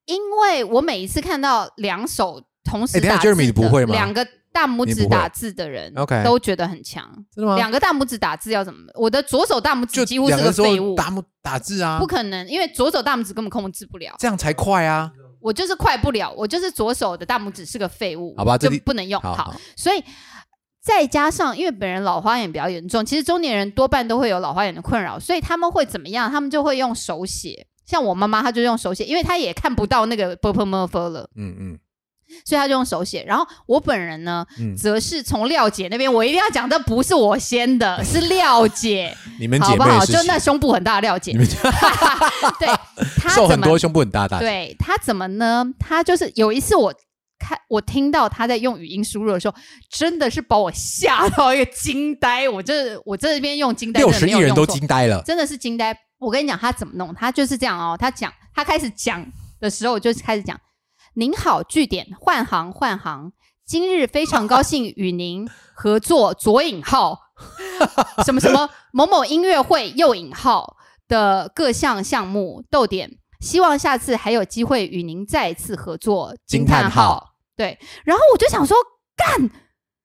Speaker 3: 因为我每一次看到两手同时
Speaker 2: 哎等一下
Speaker 3: 打字的，
Speaker 2: Jeremy，你不会吗
Speaker 3: 两个大拇
Speaker 2: 你
Speaker 3: 指
Speaker 2: 不会
Speaker 3: 打字的人
Speaker 2: OK
Speaker 3: 都觉得很强。
Speaker 2: 真的吗？
Speaker 3: 两个大拇指打字要怎么？我的左手大拇指
Speaker 2: 就
Speaker 3: 几乎
Speaker 2: 两
Speaker 3: 是
Speaker 2: 个
Speaker 3: 个
Speaker 2: 时
Speaker 3: 废
Speaker 2: 候
Speaker 3: 物，
Speaker 2: 打打字啊，
Speaker 3: 不可能，因为左手大拇指根本控制不了。
Speaker 2: 这样才快啊！
Speaker 3: 我就是快不了，我就是左手的大拇指是个废物，
Speaker 2: 好吧这
Speaker 3: 就
Speaker 2: 里
Speaker 3: 不能用。
Speaker 2: 好好
Speaker 3: 所以再加上，因为本人老花眼比较严重，其实中年人多半都会有老花眼的困扰，所以他们会怎么样？他们就会用手写。像我妈妈，她就用手写，因为她也看不到那个 b u r p m u r f 了，
Speaker 2: 嗯嗯
Speaker 3: 所以她就用手写。然后我本人呢，
Speaker 2: 嗯，
Speaker 3: 则是从廖姐那边，我一定要讲，这不是我先的，是廖姐，
Speaker 2: 你们姐
Speaker 3: 好不
Speaker 2: 妹
Speaker 3: 好？
Speaker 2: 是
Speaker 3: 就那胸部很大的廖姐
Speaker 2: 你，们
Speaker 3: 对，她
Speaker 2: 瘦
Speaker 3: 怎
Speaker 2: 很
Speaker 3: 么
Speaker 2: 多，胸部很大大，
Speaker 3: 对他怎么呢？他就是有一次我看我听到他在用语音输入的时候，真的是把我吓到一个惊呆。我这我这边用惊呆，
Speaker 2: 六
Speaker 3: 真的
Speaker 2: 十
Speaker 3: 没
Speaker 2: 亿
Speaker 3: 有
Speaker 2: 人
Speaker 3: 用
Speaker 2: 都
Speaker 3: 错
Speaker 2: 惊啊呆了。
Speaker 3: 真的是惊呆。我跟你讲，他怎么弄？他就是这样哦，他讲，他开始讲的时候，我就开始讲：“您好，据点，换行，换行。今日非常高兴与您合作，左引 号，什么什么某某音乐会，右引号的各项项目，逗点。希望下次还有机会与您再次合作，
Speaker 2: 惊
Speaker 3: 惊
Speaker 2: 叹
Speaker 3: 叹号。对，然后我就想说，干，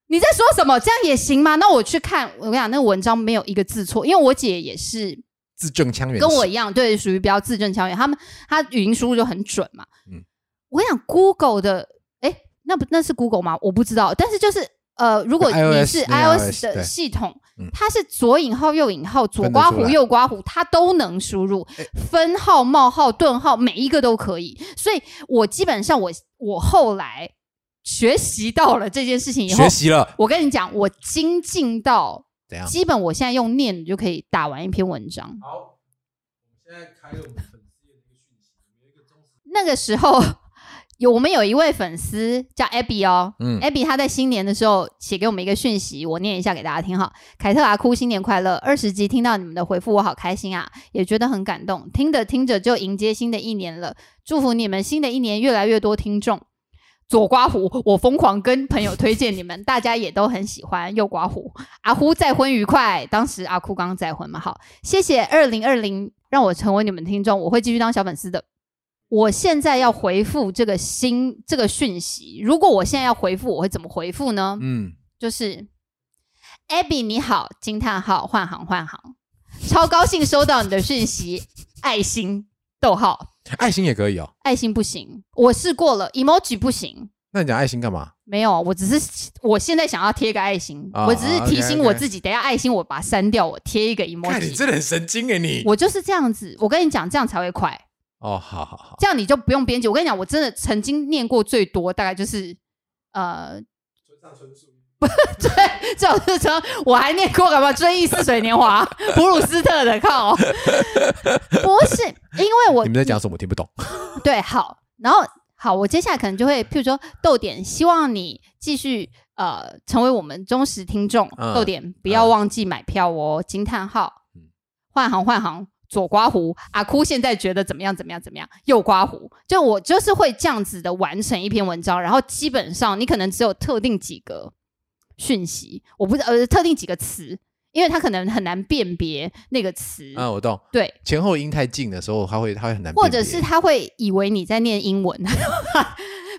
Speaker 3: 你在说什么？这样也行吗？那我去看，我跟你讲，那个文章没有一个字错，因为我姐也是
Speaker 2: 字正腔圆，
Speaker 3: 跟我一样，对，属于比较字正腔圆。他们他语音输入就很准嘛。
Speaker 2: 嗯
Speaker 3: 嗯，我跟你讲 Google 的，哎，那不那是 Google 吗？我不知道，但是就是呃，如果你
Speaker 2: iOS
Speaker 3: 是
Speaker 2: 那个 iOS，
Speaker 3: iOS 的
Speaker 2: 对
Speaker 3: 系统
Speaker 2: 嗯，
Speaker 3: 它是左引号、右引号、左
Speaker 2: 分得
Speaker 3: 刮
Speaker 2: 出
Speaker 3: 胡、
Speaker 2: 来
Speaker 3: 右刮胡，它都能输入
Speaker 2: 诶
Speaker 3: 分号、冒号、顿号，每一个都可以。所以我基本上我我后来学习到了这件事情以后
Speaker 2: 学，习了
Speaker 3: 我跟你讲，我精进到
Speaker 2: 怎样？
Speaker 3: 基本我现在用念的就可以打完一篇文章。
Speaker 4: 好，我们现在开了我们粉丝页的一个讯息，有一个忠实
Speaker 3: 那个时候有我们有一位粉丝叫 Abby 哦。
Speaker 2: 嗯，
Speaker 3: Abby 她在新年的时候写给我们一个讯息，我念一下给大家听哈。凯特阿哭，新年快乐！二十集听到你们的回复，我好开心啊，也觉得很感动。听着听着就迎接新的一年了，祝福你们新的一年越来越多听众。左刮胡，我疯狂跟朋友推荐你们，大家也都很喜欢。右刮胡，阿胡再婚愉快。当时阿哭刚再婚嘛，好，谢谢二零二零让我成为你们听众，我会继续当小粉丝的。我现在要回复这个新这个讯息，如果我现在要回复，我会怎么回复呢？
Speaker 2: 嗯，
Speaker 3: 就是 Abby 你好，惊叹号，换行换行，超高兴收到你的讯息，爱心，逗号，
Speaker 2: 爱心也可以哦。
Speaker 3: 爱心不行，我试过了，emoji 不行。
Speaker 2: 那你讲爱心干嘛？
Speaker 3: 没有，我只是我现在想要贴个爱心，
Speaker 2: 啊
Speaker 3: 我只是提醒
Speaker 2: OK，OK
Speaker 3: 我自己，等一下爱心我把它删掉，我贴一个
Speaker 2: 看你
Speaker 3: emoji。
Speaker 2: 真的很神经哎，你
Speaker 3: 我就是这样子，我跟你讲，这样才会快。
Speaker 2: 哦，好好好，
Speaker 3: 这样你就不用编辑。我跟你讲，我真的曾经念过最多，大概就是呃，
Speaker 4: 村上春树，
Speaker 3: 对，这种是说我还念过什么《追忆似水年华》 普鲁斯特的靠，不是因为我
Speaker 2: 你们在讲什么？我听不懂。
Speaker 3: 对好，然后好，我接下来可能就会譬如说逗点，希望你继续。呃，成为我们忠实听众，
Speaker 2: 嗯
Speaker 3: 逗点不要忘记买票哦！惊叹号
Speaker 2: 嗯，
Speaker 3: 换行换行，左刮胡，阿哭现在觉得怎么样怎么样怎么样，右刮胡，就我就是会这样子的完成一篇文章，然后基本上你可能只有特定几个讯息，我不知呃特定几个词，因为他可能很难辨别那个词，
Speaker 2: 啊，我懂。
Speaker 3: 对，
Speaker 2: 前后音太近的时候，他会他会很难辨
Speaker 3: 嗯
Speaker 2: 别，
Speaker 3: 或者是他会以为你在念英文，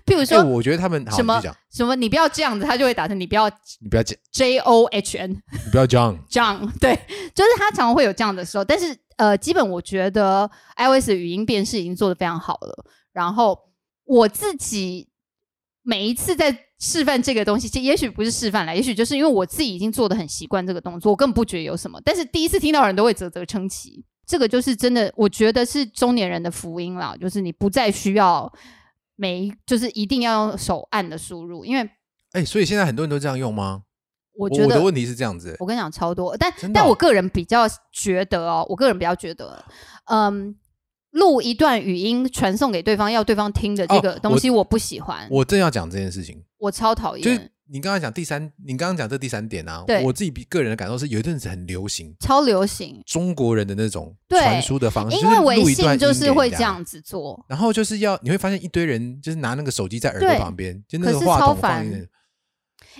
Speaker 3: 譬如
Speaker 2: 哎，
Speaker 3: 说
Speaker 2: 我觉得他们好，
Speaker 3: 什
Speaker 2: 你
Speaker 3: 么
Speaker 2: 就讲，
Speaker 3: 什么你不要这样子，他就会打成你不要
Speaker 2: 你不要讲，
Speaker 3: J O H N
Speaker 2: 你不要讲，
Speaker 3: 这样， 对，就是他常常会有这样的时候，但是呃，基本我觉得 iOS 语音辨识已经做得非常好了。然后我自己每一次在示范这个东西，其实也许不是示范啦，也许就是因为我自己已经做的很习惯这个动作，我根本不觉得有什么。但是第一次听到的人都会啧啧称奇，这个就是真的，我觉得是中年人的福音啦，就是你不再需要每一就是一定要用手按的输入，因为
Speaker 2: 哎，所以现在很多人都这样用吗？
Speaker 3: 我
Speaker 2: 我
Speaker 3: 觉得
Speaker 2: 的问题是这样子，欸
Speaker 3: 我跟你讲超多，但、
Speaker 2: 真的哦
Speaker 3: 但我个人比较觉得哦，我个人比较觉得，嗯，录一段语音传送给对方，要对方听的这
Speaker 2: 哦
Speaker 3: 个东西，我不喜欢，我
Speaker 2: 我正要讲这件事情，
Speaker 3: 超讨
Speaker 2: 就是
Speaker 3: 厌，
Speaker 2: 你刚刚讲第三，你刚刚讲这第三点啊，
Speaker 3: 对
Speaker 2: 我自己比个人的感受是，有一阵子很流行
Speaker 3: 超流行，
Speaker 2: 中国人的那种
Speaker 3: 对
Speaker 2: 传输的方式，
Speaker 3: 因为
Speaker 2: 哦就是录
Speaker 3: 微
Speaker 2: 一段
Speaker 3: 信
Speaker 2: 音
Speaker 3: 就是
Speaker 2: 给
Speaker 3: 会
Speaker 2: 人
Speaker 3: 这
Speaker 2: 家
Speaker 3: 样子做，
Speaker 2: 然后就是要你会发现一堆人就是拿那个手机在耳朵
Speaker 3: 对
Speaker 2: 旁边，就那个
Speaker 3: 可是
Speaker 2: 话
Speaker 3: 超
Speaker 2: 筒
Speaker 3: 烦
Speaker 2: 放一点。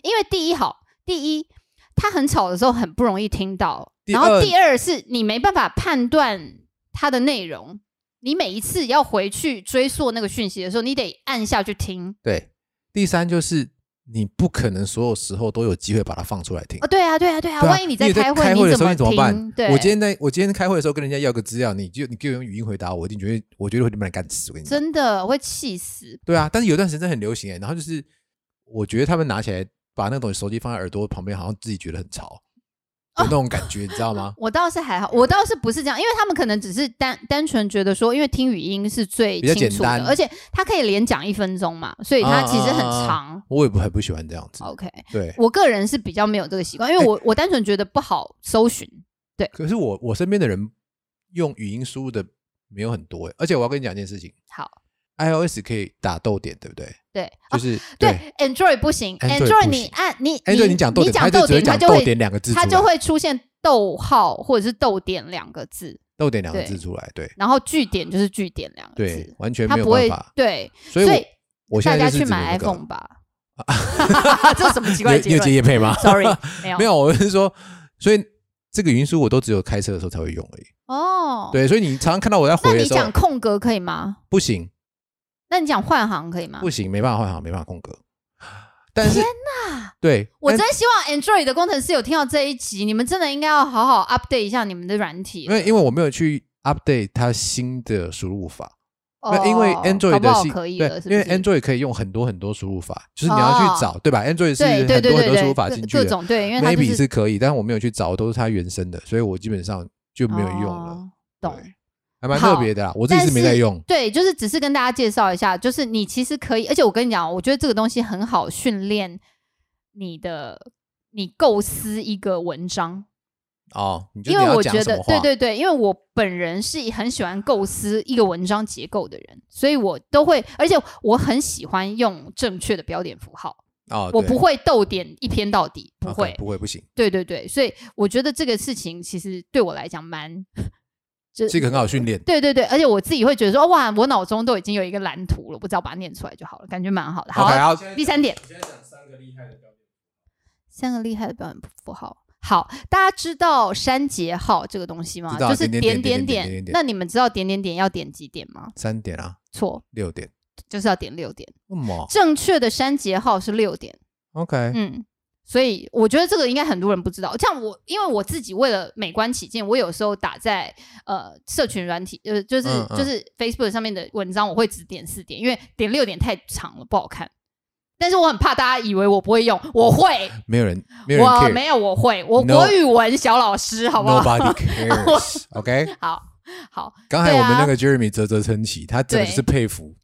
Speaker 3: 因为第一好，第一他很吵的时候很不容易听到，
Speaker 2: 第
Speaker 3: 然后
Speaker 2: 二
Speaker 3: 第二是你没办法判断它的内容。你每一次要回去追溯那个讯息的时候，你得按下去听。
Speaker 2: 对，第三就是你不可能所有时候都有机会把它放出来听
Speaker 3: 哦，。对啊，对啊，对啊，
Speaker 2: 对啊
Speaker 3: 万一你在
Speaker 2: 也
Speaker 3: 开
Speaker 2: 开
Speaker 3: 你
Speaker 2: 的
Speaker 3: 怎
Speaker 2: 时候你怎么办
Speaker 3: 听？？对，
Speaker 2: 我今天在我今天开会的时候跟人家要个资料，你就你给我用语音回答我，我一定觉得我觉得会把你干死。我跟你讲，
Speaker 3: 真的会气死。
Speaker 2: 对啊，但是有段时间真的很流行哎、然后就是我觉得他们拿起来把那个东西手机放在耳朵旁边，好像自己觉得很吵，有
Speaker 3: 哦
Speaker 2: 那种感觉，你知道吗？
Speaker 3: 我倒是还好，我倒是不是这样，因为他们可能只是单单纯觉得说，因为听语音是最
Speaker 2: 比较
Speaker 3: 清
Speaker 2: 简
Speaker 3: 楚的，
Speaker 2: 单啊
Speaker 3: 而且它可以连讲一分钟嘛，所以它其实很长。
Speaker 2: 我也不很不喜欢这样子。
Speaker 3: OK，
Speaker 2: 对，
Speaker 3: 我个人是比较没有这个习惯，
Speaker 2: 哎
Speaker 3: 因为我、我单纯觉得不好搜寻。
Speaker 2: 可是我我身边的人用语音输入的没有很多、欸，而且我要跟你讲一件事情
Speaker 3: 好，
Speaker 2: ，iOS 可以打逗点，对不对？
Speaker 3: 对，
Speaker 2: 就是、
Speaker 3: 哦对，Android 不行
Speaker 2: Android
Speaker 3: ，Android
Speaker 2: 不
Speaker 3: 你
Speaker 2: 行
Speaker 3: 按你
Speaker 2: 哎，对你讲逗
Speaker 3: 你
Speaker 2: 点，
Speaker 3: 讲
Speaker 2: 他就
Speaker 3: 逗
Speaker 2: 只会
Speaker 3: 点，它
Speaker 2: 讲
Speaker 3: 就
Speaker 2: 逗
Speaker 3: 会
Speaker 2: 点两个字出来，
Speaker 3: 它就会出现逗号或者是逗点两个字，
Speaker 2: 逗点两个
Speaker 3: 对
Speaker 2: 字出来，对
Speaker 3: 然后句点就是句点两个
Speaker 2: 对
Speaker 3: 字，，
Speaker 2: 完全
Speaker 3: 它
Speaker 2: 没有
Speaker 3: 不
Speaker 2: 办
Speaker 3: 会
Speaker 2: 法。
Speaker 3: 对，
Speaker 2: 所以我我现
Speaker 3: 大家
Speaker 2: 在就是
Speaker 3: 去
Speaker 2: 只能
Speaker 3: 买
Speaker 2: 那个
Speaker 3: iPhone 吧。 这什么奇怪的
Speaker 2: 你有
Speaker 3: 结
Speaker 2: 你有接
Speaker 3: 论
Speaker 2: 叶配吗
Speaker 3: ？Sorry，没有
Speaker 2: 没有，我是说，所以这个语音输入我都只有开车的时候才会用而已。
Speaker 3: 哦。，
Speaker 2: 对，所以你常常看到我在
Speaker 3: 那
Speaker 2: 回的
Speaker 3: 你
Speaker 2: 时候
Speaker 3: 讲，空格可以吗？
Speaker 2: 不行
Speaker 3: 那你讲换行可以吗
Speaker 2: 不？行，没办法换行，没办法空格。但是对，
Speaker 3: 我
Speaker 2: 但
Speaker 3: 真希望 Android 的工程师有听到这一集，你们真的应该要好好 update 一下你们的软体
Speaker 2: 因。为因为我没有去 update 它新的输入法，那因为
Speaker 3: 哦
Speaker 2: Android
Speaker 3: 搞不
Speaker 2: 的
Speaker 3: 好
Speaker 2: 系
Speaker 3: 可以
Speaker 2: 对
Speaker 3: 了，是，不
Speaker 2: 因为
Speaker 3: 是
Speaker 2: Android 可以用很多很多输入法，就是你要
Speaker 3: 哦
Speaker 2: 去找对吧？Android 是
Speaker 3: 对对
Speaker 2: 很
Speaker 3: 对
Speaker 2: 多很
Speaker 3: 对
Speaker 2: 多输入法
Speaker 3: 对，
Speaker 2: 进
Speaker 3: 各
Speaker 2: 去
Speaker 3: 各
Speaker 2: 的
Speaker 3: 种对，因为它就
Speaker 2: ，maybe 是可以，但是我没有去找，都是它原生的，所以我基本上就没有用了，
Speaker 3: 哦懂。
Speaker 2: 对还蛮特别的啦。我自己是没在用，
Speaker 3: 对，就是只是跟大家介绍一下，就是你其实可以，而且我跟你讲，我觉得这个东西很好训练你的，你构思一个文章，
Speaker 2: 哦，你就
Speaker 3: 因
Speaker 2: 你
Speaker 3: 为
Speaker 2: 要
Speaker 3: 我
Speaker 2: 讲
Speaker 3: 觉
Speaker 2: 什
Speaker 3: 得
Speaker 2: 么，
Speaker 3: 对
Speaker 2: 话
Speaker 3: 对对，因为我本人是很喜欢构思一个文章结构的人，所以我都会，而且我很喜欢用正确的标点符号，
Speaker 2: 哦，
Speaker 3: 我
Speaker 2: 对
Speaker 3: 不会逗点一篇到底，不
Speaker 2: OK，
Speaker 3: 会。
Speaker 2: 不会不行，
Speaker 3: 对对对，所以我觉得这个事情其实对我来讲蛮， 就是
Speaker 2: 一个很好训练。
Speaker 3: 对对对，而且我自己会觉得说，哇，我脑中都已经有一个蓝图了，我只要把它念出来就好了，感觉蛮好的。好
Speaker 2: OK，好
Speaker 4: 现在讲
Speaker 3: 第三点，
Speaker 4: 我现在讲三个厉害的标准，
Speaker 3: 三个厉害的标点符号。好，大家知道删节号这个东西吗？
Speaker 2: 知道
Speaker 3: 就是
Speaker 2: 点
Speaker 3: 点
Speaker 2: 点点点点
Speaker 3: 点
Speaker 2: 点。点
Speaker 3: 那你们知道点点点要点几点吗？
Speaker 2: 三点啊，
Speaker 3: 错，
Speaker 2: 六点，
Speaker 3: 就是要点六点。
Speaker 2: 那么
Speaker 3: 正确的删节号是六点。
Speaker 2: OK，
Speaker 3: 嗯，所以我觉得这个应该很多人不知道。像我，因为我自己为了美观起见，我有时候打在呃社群软体，呃，就是、
Speaker 2: 嗯嗯
Speaker 3: 就是 Facebook 上面的文章，我会只点四点，因为点六点太长了，不好看。但是我很怕大家以为我不会用，我会，
Speaker 2: 没有人，没有人
Speaker 3: 我
Speaker 2: care，
Speaker 3: 没有，我会，我
Speaker 2: No
Speaker 3: 国语文小老师，好不好
Speaker 2: Nobody cares。OK，
Speaker 3: 好 好，
Speaker 2: 刚才
Speaker 3: 对
Speaker 2: 我
Speaker 3: 啊
Speaker 2: 们那个 Jeremy 啧啧称奇，他真的是佩服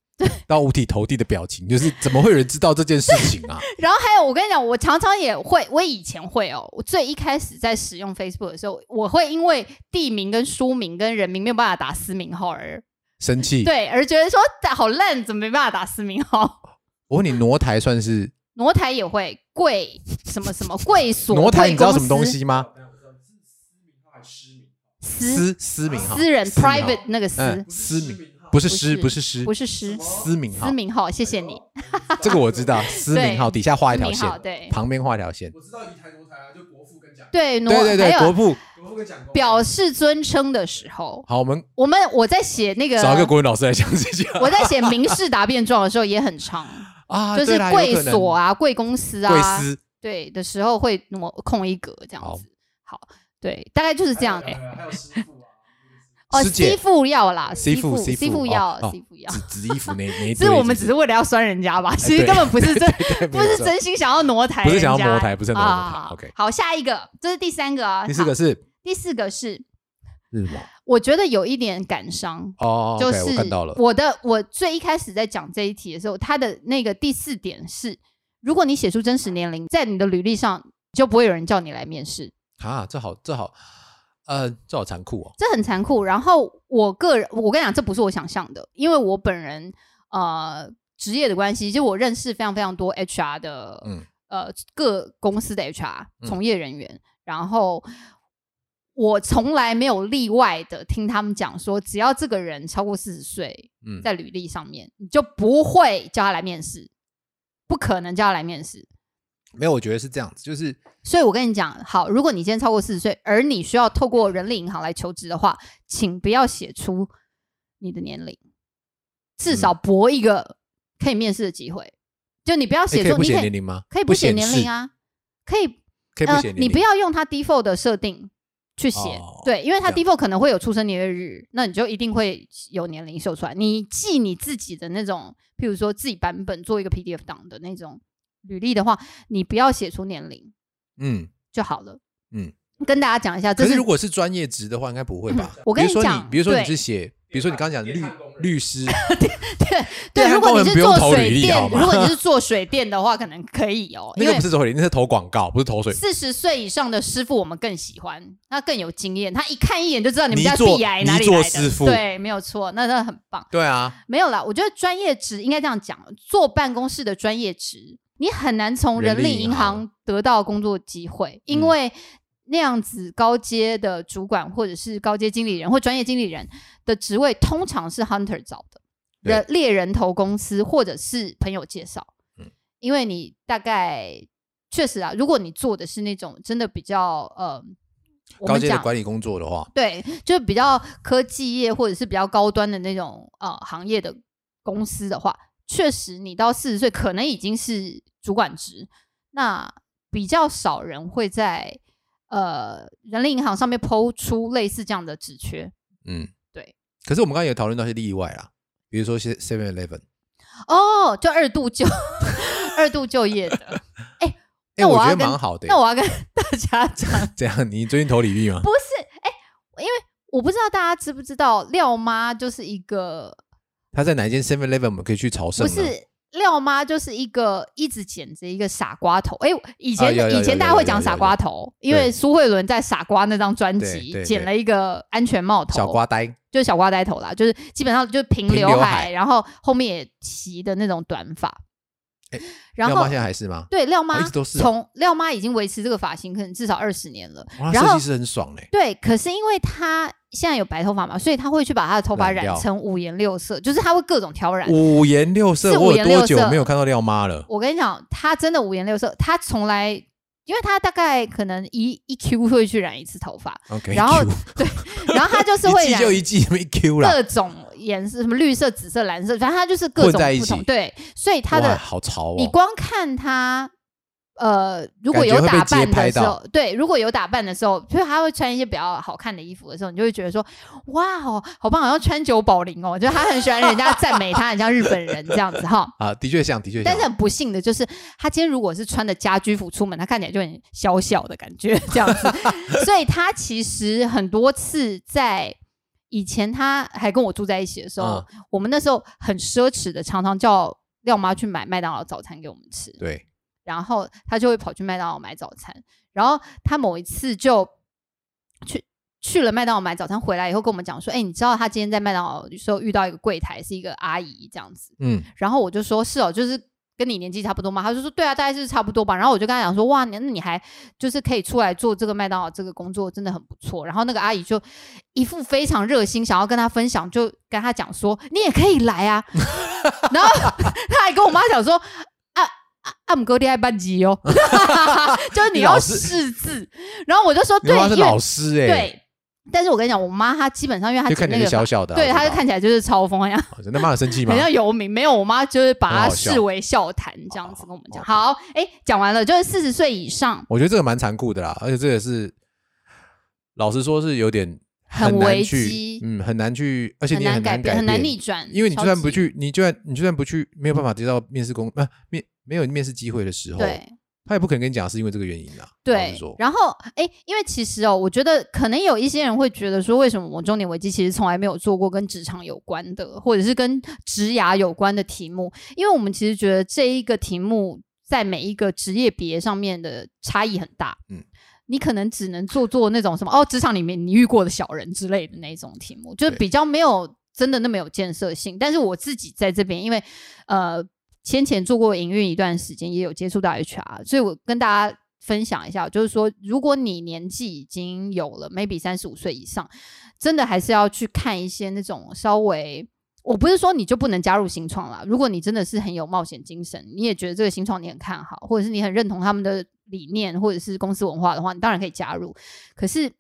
Speaker 2: 到五体投地的表情，就是怎么会有人知道这件事情啊？
Speaker 3: 然后还有，我跟你讲，我常常也会，我以前会哦，我最一开始在使用 Facebook 的时候，我会因为地名跟书名跟人名没有办法打私名号而
Speaker 2: 生气。
Speaker 3: 对而觉得说好烂，怎么没办法打私名号？
Speaker 2: 我问你，挪台算是
Speaker 3: 挪台也会，贵什么什么贵所，
Speaker 2: 挪台，你知道
Speaker 3: 贵
Speaker 2: 什
Speaker 3: 公司
Speaker 2: 么东？西吗？
Speaker 4: 但我知道是私名号还是失
Speaker 3: 私
Speaker 2: 私私名
Speaker 4: 名号，
Speaker 3: 嗯
Speaker 2: 号，
Speaker 3: 私人
Speaker 2: 私名号
Speaker 3: private 那个私
Speaker 2: 嗯，
Speaker 4: 不
Speaker 2: 私
Speaker 4: 是失
Speaker 2: 名
Speaker 4: 名号，
Speaker 2: 不是诗，
Speaker 3: 不
Speaker 2: 不是诗
Speaker 3: 不，是私
Speaker 2: 私名号
Speaker 3: 私。名号，谢谢你。
Speaker 2: 这个我知道，私名号底下画一条
Speaker 3: 私名号
Speaker 2: 线，
Speaker 3: 对
Speaker 2: 旁边画一条线。
Speaker 4: 我知道移台挪台啊，就国父跟蒋，
Speaker 3: 对挪
Speaker 2: 对对
Speaker 3: 还
Speaker 2: 对，国
Speaker 3: 有
Speaker 2: 父。
Speaker 4: 国父跟蒋公啊
Speaker 3: 表示尊称的时候，
Speaker 2: 好，我们
Speaker 3: 我们我在写那个
Speaker 2: 找一个国文老师来讲这些
Speaker 3: 我在写民事答辩状的时候也很长，
Speaker 2: 啊，
Speaker 3: 就是
Speaker 2: 对啦
Speaker 3: 贵
Speaker 2: 有可能
Speaker 3: 所啊、贵公司
Speaker 2: 贵
Speaker 3: 啊，
Speaker 2: 司
Speaker 3: 对的时候会挪空一格这样
Speaker 2: 好
Speaker 3: 子。好，对，大概就是这样。
Speaker 4: 还有
Speaker 3: 哎，
Speaker 4: 还有师傅啊，
Speaker 3: 哦，
Speaker 2: 师姐
Speaker 3: 吸附要啦，
Speaker 2: 吸
Speaker 3: 附
Speaker 2: 附
Speaker 3: 吸
Speaker 2: 吸附
Speaker 3: 附
Speaker 2: 哦
Speaker 3: 要
Speaker 2: 哦
Speaker 3: 吸附要，
Speaker 2: 紫紫 衣服那那一
Speaker 3: 这
Speaker 2: 堆，
Speaker 3: 我们只是为了要酸人家吧，其实
Speaker 2: 对
Speaker 3: 根本不是真，
Speaker 2: 对没
Speaker 3: 不
Speaker 2: 有
Speaker 3: 是
Speaker 2: 错
Speaker 3: 真心想要挪台人家，
Speaker 2: 不是想要挪台不是想要挪台
Speaker 3: 啊
Speaker 2: OK
Speaker 3: 好，下一个，这是第三个啊，
Speaker 2: 第四个
Speaker 3: 好，
Speaker 2: 是
Speaker 3: 第四个是
Speaker 2: 日文
Speaker 3: 我觉得有一点感伤，
Speaker 2: 哦，
Speaker 3: 就
Speaker 2: OK，
Speaker 3: 是
Speaker 2: 我看到了，
Speaker 3: 我的我最一开始在讲这一题的时候，它的那个第四点是，如果你写出真实年龄，在你的履历上就不会有人叫你来面试，
Speaker 2: 啊，这好这好，呃，这好残酷哦，
Speaker 3: 这很残酷。然后我个人，我跟你讲，这不是我想象的，因为我本人呃职业的关系，就我认识非常非常多 HR 的、
Speaker 2: 嗯
Speaker 3: 呃各公司的 HR
Speaker 2: 嗯
Speaker 3: 从业人员，然后。我从来没有例外的听他们讲说，只要这个人超过四十岁，
Speaker 2: 嗯，
Speaker 3: 在履历上面，你就不会叫他来面试，不可能叫他来面试。
Speaker 2: 没有，我觉得是这样子，就是
Speaker 3: 所以我跟你讲，好，如果你今天超过四十岁，而你需要透过人力银行来求职的话，请不要写出你的年龄，至少
Speaker 2: 嗯
Speaker 3: 搏一个可以面试的机会。就你不要
Speaker 2: 诶
Speaker 3: 写
Speaker 2: 哎可以
Speaker 3: 说
Speaker 2: 不
Speaker 3: 你
Speaker 2: 写
Speaker 3: 可
Speaker 2: 年
Speaker 3: 以
Speaker 2: 龄吗？
Speaker 3: 可以不写
Speaker 2: 显
Speaker 3: 年
Speaker 2: 示
Speaker 3: 龄，啊，可以
Speaker 2: 可以不
Speaker 3: 呃
Speaker 2: 写年龄，
Speaker 3: 你不要用它 default 的设定去写，
Speaker 2: 哦
Speaker 3: 对，因为它
Speaker 2: 这
Speaker 3: default 可能会有出生年月日，那你就一定会有年龄秀出来。你记你自己的那种，譬如说自己版本做一个 PDF 档的那种履历的话，你不要写出年龄
Speaker 2: 嗯。
Speaker 3: 就好了。
Speaker 2: 嗯，
Speaker 3: 跟大家讲一下，这
Speaker 2: 可是如果是专业职的话，应该不会吧？
Speaker 3: 嗯我跟
Speaker 2: 比如说
Speaker 3: 你讲
Speaker 2: 比如说你
Speaker 3: 对
Speaker 2: 是写， 比如说你刚刚讲
Speaker 4: 别
Speaker 2: 律
Speaker 4: 看工人
Speaker 2: 律师，
Speaker 3: 对，
Speaker 2: 对啊
Speaker 3: 如
Speaker 2: 他
Speaker 3: 果
Speaker 2: 根
Speaker 3: 你
Speaker 2: 本
Speaker 3: 是
Speaker 2: 不用
Speaker 3: 做
Speaker 2: 投履
Speaker 3: 水
Speaker 2: 历好
Speaker 3: 电，
Speaker 2: 吗
Speaker 3: 如果你是做水电的话，可能可以哦，
Speaker 2: 那
Speaker 3: 因
Speaker 2: 个
Speaker 3: 为
Speaker 2: 不是投简历，那是投广告，不是投水。
Speaker 3: 四十岁以上的师傅，我们更喜欢，他更有经验，他一看一眼就知道你们
Speaker 2: 泥
Speaker 3: 家
Speaker 2: 作
Speaker 3: B I
Speaker 2: 泥
Speaker 3: 哪里
Speaker 2: 作
Speaker 3: 来
Speaker 2: 师
Speaker 3: 的
Speaker 2: 傅，
Speaker 3: 对，没有错，那真的很棒。
Speaker 2: 对啊，
Speaker 3: 没有啦，我觉得专业职应该这样讲，做办公室的专业职，你很难从人
Speaker 2: 人力
Speaker 3: 力
Speaker 2: 银
Speaker 3: 银
Speaker 2: 行
Speaker 3: 行得到工作机会，因
Speaker 2: 嗯
Speaker 3: 为那样子高阶的主管或者是高阶经理人或专业经理人的职位，通常是 hunter 找的，
Speaker 2: 对
Speaker 3: 人猎人头公司或者是朋友介绍，
Speaker 2: 嗯
Speaker 3: 因为你大概确实啊，如果你做的是那种真的比较呃。我
Speaker 2: 高
Speaker 3: 们
Speaker 2: 阶的
Speaker 3: 讲
Speaker 2: 管理工作的话，
Speaker 3: 对，就比较科技业或者是比较高端的那种呃行业的公司的话，确实你到四十岁可能已经是主管职，那比较少人会在呃人力银行上面抛出类似这样的职缺。
Speaker 2: 嗯，
Speaker 3: 对。
Speaker 2: 可是我们刚刚有讨论到一些例外啦，比如说些 Seven Eleven，
Speaker 3: 哦，就二度就 二度就业的，
Speaker 2: 哎，
Speaker 3: 那我
Speaker 2: 觉
Speaker 3: 要
Speaker 2: 得
Speaker 3: 跟
Speaker 2: 蛮好的欸耶。
Speaker 3: 那我要跟大家讲，
Speaker 2: 怎样？你最近投履历吗？
Speaker 3: 不是哎、因为我不知道大家知不知道廖妈就是一个
Speaker 2: 他在哪一间 Seven Eleven 我们可以去朝圣
Speaker 3: 不
Speaker 2: 呢？
Speaker 3: 是廖妈就是一个一直剪着一个傻瓜头。哎、以前、
Speaker 2: 啊有有有
Speaker 3: 以前大家会讲傻瓜头，因为
Speaker 2: 对
Speaker 3: 苏慧伦在《傻瓜》那张专
Speaker 2: 对对
Speaker 3: 辑
Speaker 2: 对
Speaker 3: 剪了一个安全帽头，
Speaker 2: 小瓜呆，
Speaker 3: 就是小瓜呆头啦，就是基本上就是平
Speaker 2: 平
Speaker 3: 刘
Speaker 2: 刘
Speaker 3: 海，
Speaker 2: 海
Speaker 3: 然后后面也齐的那种短发。
Speaker 2: 哎
Speaker 3: 然
Speaker 2: 廖妈
Speaker 3: 后
Speaker 2: 现在还是吗？
Speaker 3: 对廖
Speaker 2: 哦
Speaker 3: 妈
Speaker 2: 一直都是哦
Speaker 3: 从廖妈已经维持这个发型，可能至少二十年了。
Speaker 2: 哇，
Speaker 3: 然
Speaker 2: 设
Speaker 3: 后
Speaker 2: 计师很爽欸 嘞。
Speaker 3: 对，可是因为她现在有白头发嘛，所以她会去把她的头发染
Speaker 2: 染料
Speaker 3: 成五颜六色，就是她会各种挑染。
Speaker 2: 五颜六色，
Speaker 3: 是
Speaker 2: 我
Speaker 3: 五
Speaker 2: 有
Speaker 3: 颜
Speaker 2: 多
Speaker 3: 六
Speaker 2: 久
Speaker 3: 色
Speaker 2: 没有看到廖妈了？
Speaker 3: 我跟你讲，他真的五颜六色，他从来，因为他大概可能一一 Q 会去染一次头发，
Speaker 2: OK，
Speaker 3: 然后
Speaker 2: Q
Speaker 3: 对，然后他就是会
Speaker 2: 一季
Speaker 3: 染
Speaker 2: 就一季没 Q 啦，
Speaker 3: 各种颜色，什么绿色、紫色、蓝色，反正他就是各
Speaker 2: 混
Speaker 3: 种
Speaker 2: 在一
Speaker 3: 不同。
Speaker 2: 起
Speaker 3: 对，所以他
Speaker 2: 哇
Speaker 3: 的
Speaker 2: 好潮哦，
Speaker 3: 你光看他，呃，如果
Speaker 2: 感觉
Speaker 3: 有
Speaker 2: 会被
Speaker 3: 打
Speaker 2: 街
Speaker 3: 扮
Speaker 2: 拍
Speaker 3: 的时
Speaker 2: 到
Speaker 3: 候，对，如果有打扮的时候，就是他会穿一些比较好看的衣服的时候，你就会觉得说，哇哦，好棒，好像川久保玲哦，就他很喜欢人家赞美他，很像日本人这样子哈。
Speaker 2: 啊，的确像，的确像
Speaker 3: 但是。很不幸的就是，他今天如果是穿的家居服出门，他看起来就很小小的感觉这样子。所以他其实很多次在以前他还跟我住在一起的时候，我们那时候很奢侈的，常常叫廖妈去买麦当劳早餐给我们吃，
Speaker 2: 对，
Speaker 3: 然后他就会跑去麦当劳买早餐。然后他某一次就去去了麦当劳买早餐，回来以后跟我们讲说：“哎，你知道他今天在麦当劳的时候遇到一个柜台是一个阿姨这样子。”
Speaker 2: 嗯，
Speaker 3: 然后我就说是哦，就是跟你年纪差不多嘛。他就说对啊，大概是差不多吧。然后我就跟他讲说，哇，那你还就是可以出来做这个麦当劳这个工作，真的很不错。然后那个阿姨就一副非常热心，想要跟他分享，就跟他讲说，你也可以来 啊。然后他还跟我妈讲说。啊啊啊，姆哥厉害班级哦， 就是你
Speaker 2: 你
Speaker 3: 要
Speaker 2: 老是
Speaker 3: 识字，然后我就说
Speaker 2: 你
Speaker 3: 对，
Speaker 2: 妈是
Speaker 3: 因为
Speaker 2: 老师哎，，
Speaker 3: 对，但是我跟你讲，我妈她基本上因为她
Speaker 2: 就看
Speaker 3: 剪
Speaker 2: 起
Speaker 3: 那
Speaker 2: 来就
Speaker 3: 个
Speaker 2: 小
Speaker 3: 发，
Speaker 2: 小的啊，
Speaker 3: 对，她就
Speaker 2: 就
Speaker 3: 看起来就是超啊风一样，
Speaker 2: 那妈有生气吗
Speaker 3: 很？像游民，没有，我妈就是把
Speaker 2: 很
Speaker 3: 它
Speaker 2: 好笑
Speaker 3: 视为笑谈这样子跟我们讲。
Speaker 2: 哦
Speaker 3: 好，哎，讲完了，就是四十岁以上
Speaker 2: 我觉得这个蛮残酷的啦，而且这个是老实说是有点
Speaker 3: 很
Speaker 2: 难
Speaker 3: 危
Speaker 2: 去
Speaker 3: 机，
Speaker 2: 嗯，很难去，而且
Speaker 3: 很
Speaker 2: 你也
Speaker 3: 改
Speaker 2: 难改
Speaker 3: 变，很难逆转，
Speaker 2: 因为你就算不
Speaker 3: 超级，
Speaker 2: 去，你就算你就算不去，没有办法得到面试工啊面没有面试机会的时候，
Speaker 3: 对
Speaker 2: 他也不可能跟你讲是因为这个原因啦。老
Speaker 3: 对
Speaker 2: 实说。
Speaker 3: 然后，哎，因为其实哦，我觉得可能有一些人会觉得说，为什么我中年危机其实从来没有做过跟职场有关的，或者是跟职涯有关的题目？因为我们其实觉得这一个题目在每一个职业别上面的差异很大，
Speaker 2: 嗯
Speaker 3: 嗯。你可能只能做做那种什么哦，职场里面你遇过的小人之类的那种题目，就是
Speaker 2: 对
Speaker 3: 比较没有真的那么有建设性。但是我自己在这边，因为呃先前做过营运一段时间，也有接触到 HR，所以我跟大家分享一下，就是说如果你年纪已经有了 maybe 三十五岁以上，真的还是要去看一些那种稍微。我不是说你就不能加入新创啦，如果你真的是很有冒险精神，你也觉得这个新创你很看好，或者是你很认同他们的理念或者是公司文化的话，你当然可以加入。可是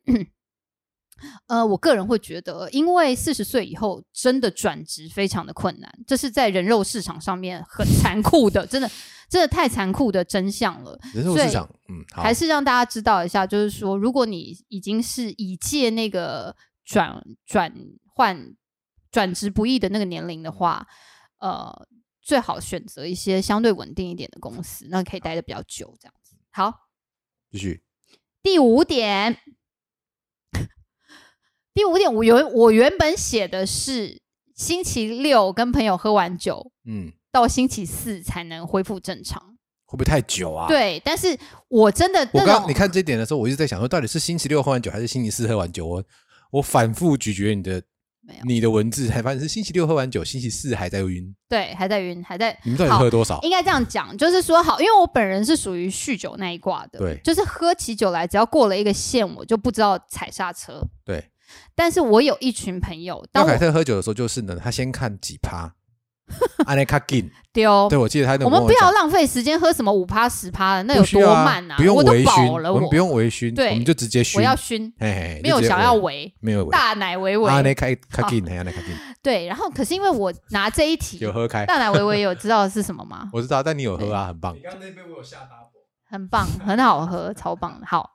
Speaker 3: 呃，我个人会觉得，因为四十岁以后真的转职非常的困难，这是在人肉市场上面很残酷的，真的，真的太残酷的真相了。
Speaker 2: 人肉
Speaker 3: 所以
Speaker 2: 市场，嗯，好，
Speaker 3: 还是让大家知道一下，就是说，如果你已经是已届那个转转换转职不易的那个年龄的话，呃，最好选择一些相对稳定一点的公司，那可以待的比较久，这样子。好，
Speaker 2: 继续。
Speaker 3: 第五点，第五点，我原我原本写的是星期六跟朋友喝完酒，
Speaker 2: 嗯，
Speaker 3: 到星期四才能恢复正常。
Speaker 2: 会不会太久啊？，
Speaker 3: 对，但是我真的
Speaker 2: 我
Speaker 3: 那
Speaker 2: 刚
Speaker 3: 种
Speaker 2: 你看这点的时候，我一直在想说，到底是星期六喝完酒还是星期四喝完酒？我我反复咀嚼你的
Speaker 3: 没有
Speaker 2: 你的文字，才发现是星期六喝完酒，星期四还在晕。
Speaker 3: 对还在晕，还在
Speaker 2: 你们到底
Speaker 3: 好
Speaker 2: 喝多少？
Speaker 3: 应该这样讲，就是说好，因为我本人是属于酗酒那一挂的，
Speaker 2: 对
Speaker 3: 就是喝起酒来，只要过了一个线，我就不知道踩刹车。
Speaker 2: 对，
Speaker 3: 但是我有一群朋友，
Speaker 2: 那
Speaker 3: 当
Speaker 2: 凯
Speaker 3: 我
Speaker 2: 特喝酒的时候就是呢，他先看几 趴，安内卡进。
Speaker 3: 丢
Speaker 2: 对，我记得他那
Speaker 3: 我
Speaker 2: 跟
Speaker 3: 们不
Speaker 2: 讲
Speaker 3: 要浪费时间喝什么五趴十趴的，那有
Speaker 2: 不需
Speaker 3: 多
Speaker 2: 要啊
Speaker 3: 慢啊！
Speaker 2: 不用
Speaker 3: 我都
Speaker 2: 微
Speaker 3: 饱
Speaker 2: 醺，
Speaker 3: 了，
Speaker 2: 我们不用微醺，
Speaker 3: 对
Speaker 2: 我们就直接熏。啊
Speaker 3: 我要熏，
Speaker 2: 嘿嘿，嘿
Speaker 3: 没有
Speaker 2: 就直接
Speaker 3: 想要围，
Speaker 2: 没有微，
Speaker 3: 大奶维维。
Speaker 2: 安内卡卡进，安内卡进
Speaker 3: 对，然后可是因为我拿这一题
Speaker 2: 有，喝开，
Speaker 3: 大奶维维有知道是什么吗？
Speaker 2: 我知道，但你有喝啊，很棒
Speaker 4: 你。刚刚那杯我有下 double，
Speaker 3: 很棒，很好喝，超棒的。好，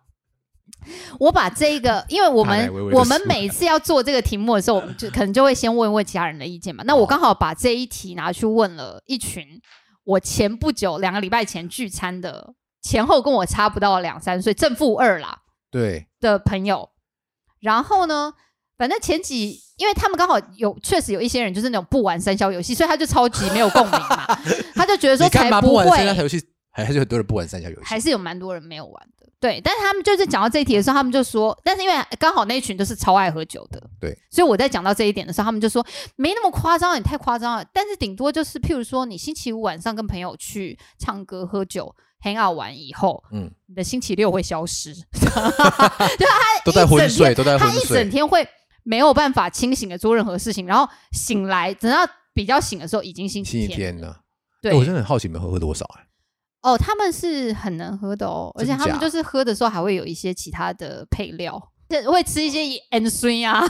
Speaker 3: 我把这个，因为我
Speaker 2: 大奶
Speaker 3: 们
Speaker 2: 微微的啊
Speaker 3: 我们
Speaker 2: 出来
Speaker 3: 每次要做这个题目的时候，我们就可能就会先问问其他人的意见嘛。那
Speaker 2: 哦
Speaker 3: 我刚好把这一题拿去问了一群我前不久两个礼拜前聚餐的，前后跟我差不到两三岁，正负二啦
Speaker 2: 对，
Speaker 3: 的朋友。然后呢，反正前几，因为他们刚好有确实有一些人就是那种不玩三消游戏，所以他就超级没有共鸣 嘛，他就觉得说
Speaker 2: 你干
Speaker 3: 才
Speaker 2: 嘛
Speaker 3: 不
Speaker 2: 玩
Speaker 3: 会，
Speaker 2: 三消游戏？还还是很多人不玩三消游戏，
Speaker 3: 还是有蛮多人没有玩的。对，但是他们就是讲到这一题的时候，他们就说，但是因为刚好那一群都是超爱喝酒的，
Speaker 2: 对，
Speaker 3: 所以我在讲到这一点的时候，他们就说没那么夸张，你啊太夸张了。但是顶多就是，譬如说你星期五晚上跟朋友去唱歌、喝酒、hang out 完以后，
Speaker 2: 嗯
Speaker 3: 嗯，你的星期六会消失，
Speaker 2: 都在昏
Speaker 3: 一整天
Speaker 2: 睡，都在昏
Speaker 3: 他一整
Speaker 2: 睡。
Speaker 3: 天会没有办法清醒的做任何事情，然后醒来等到比较醒的时候已经星
Speaker 2: 星
Speaker 3: 期
Speaker 2: 期
Speaker 3: 天，
Speaker 2: 天呢？
Speaker 3: 对，
Speaker 2: 欸我真的很好奇你们喝喝多少哎、
Speaker 3: 哦，他们是很能喝的哦，而且
Speaker 2: 真
Speaker 3: 他们
Speaker 2: 假
Speaker 3: 就是喝的时候还会有一些其他的配料，对会吃一些盐酸啊，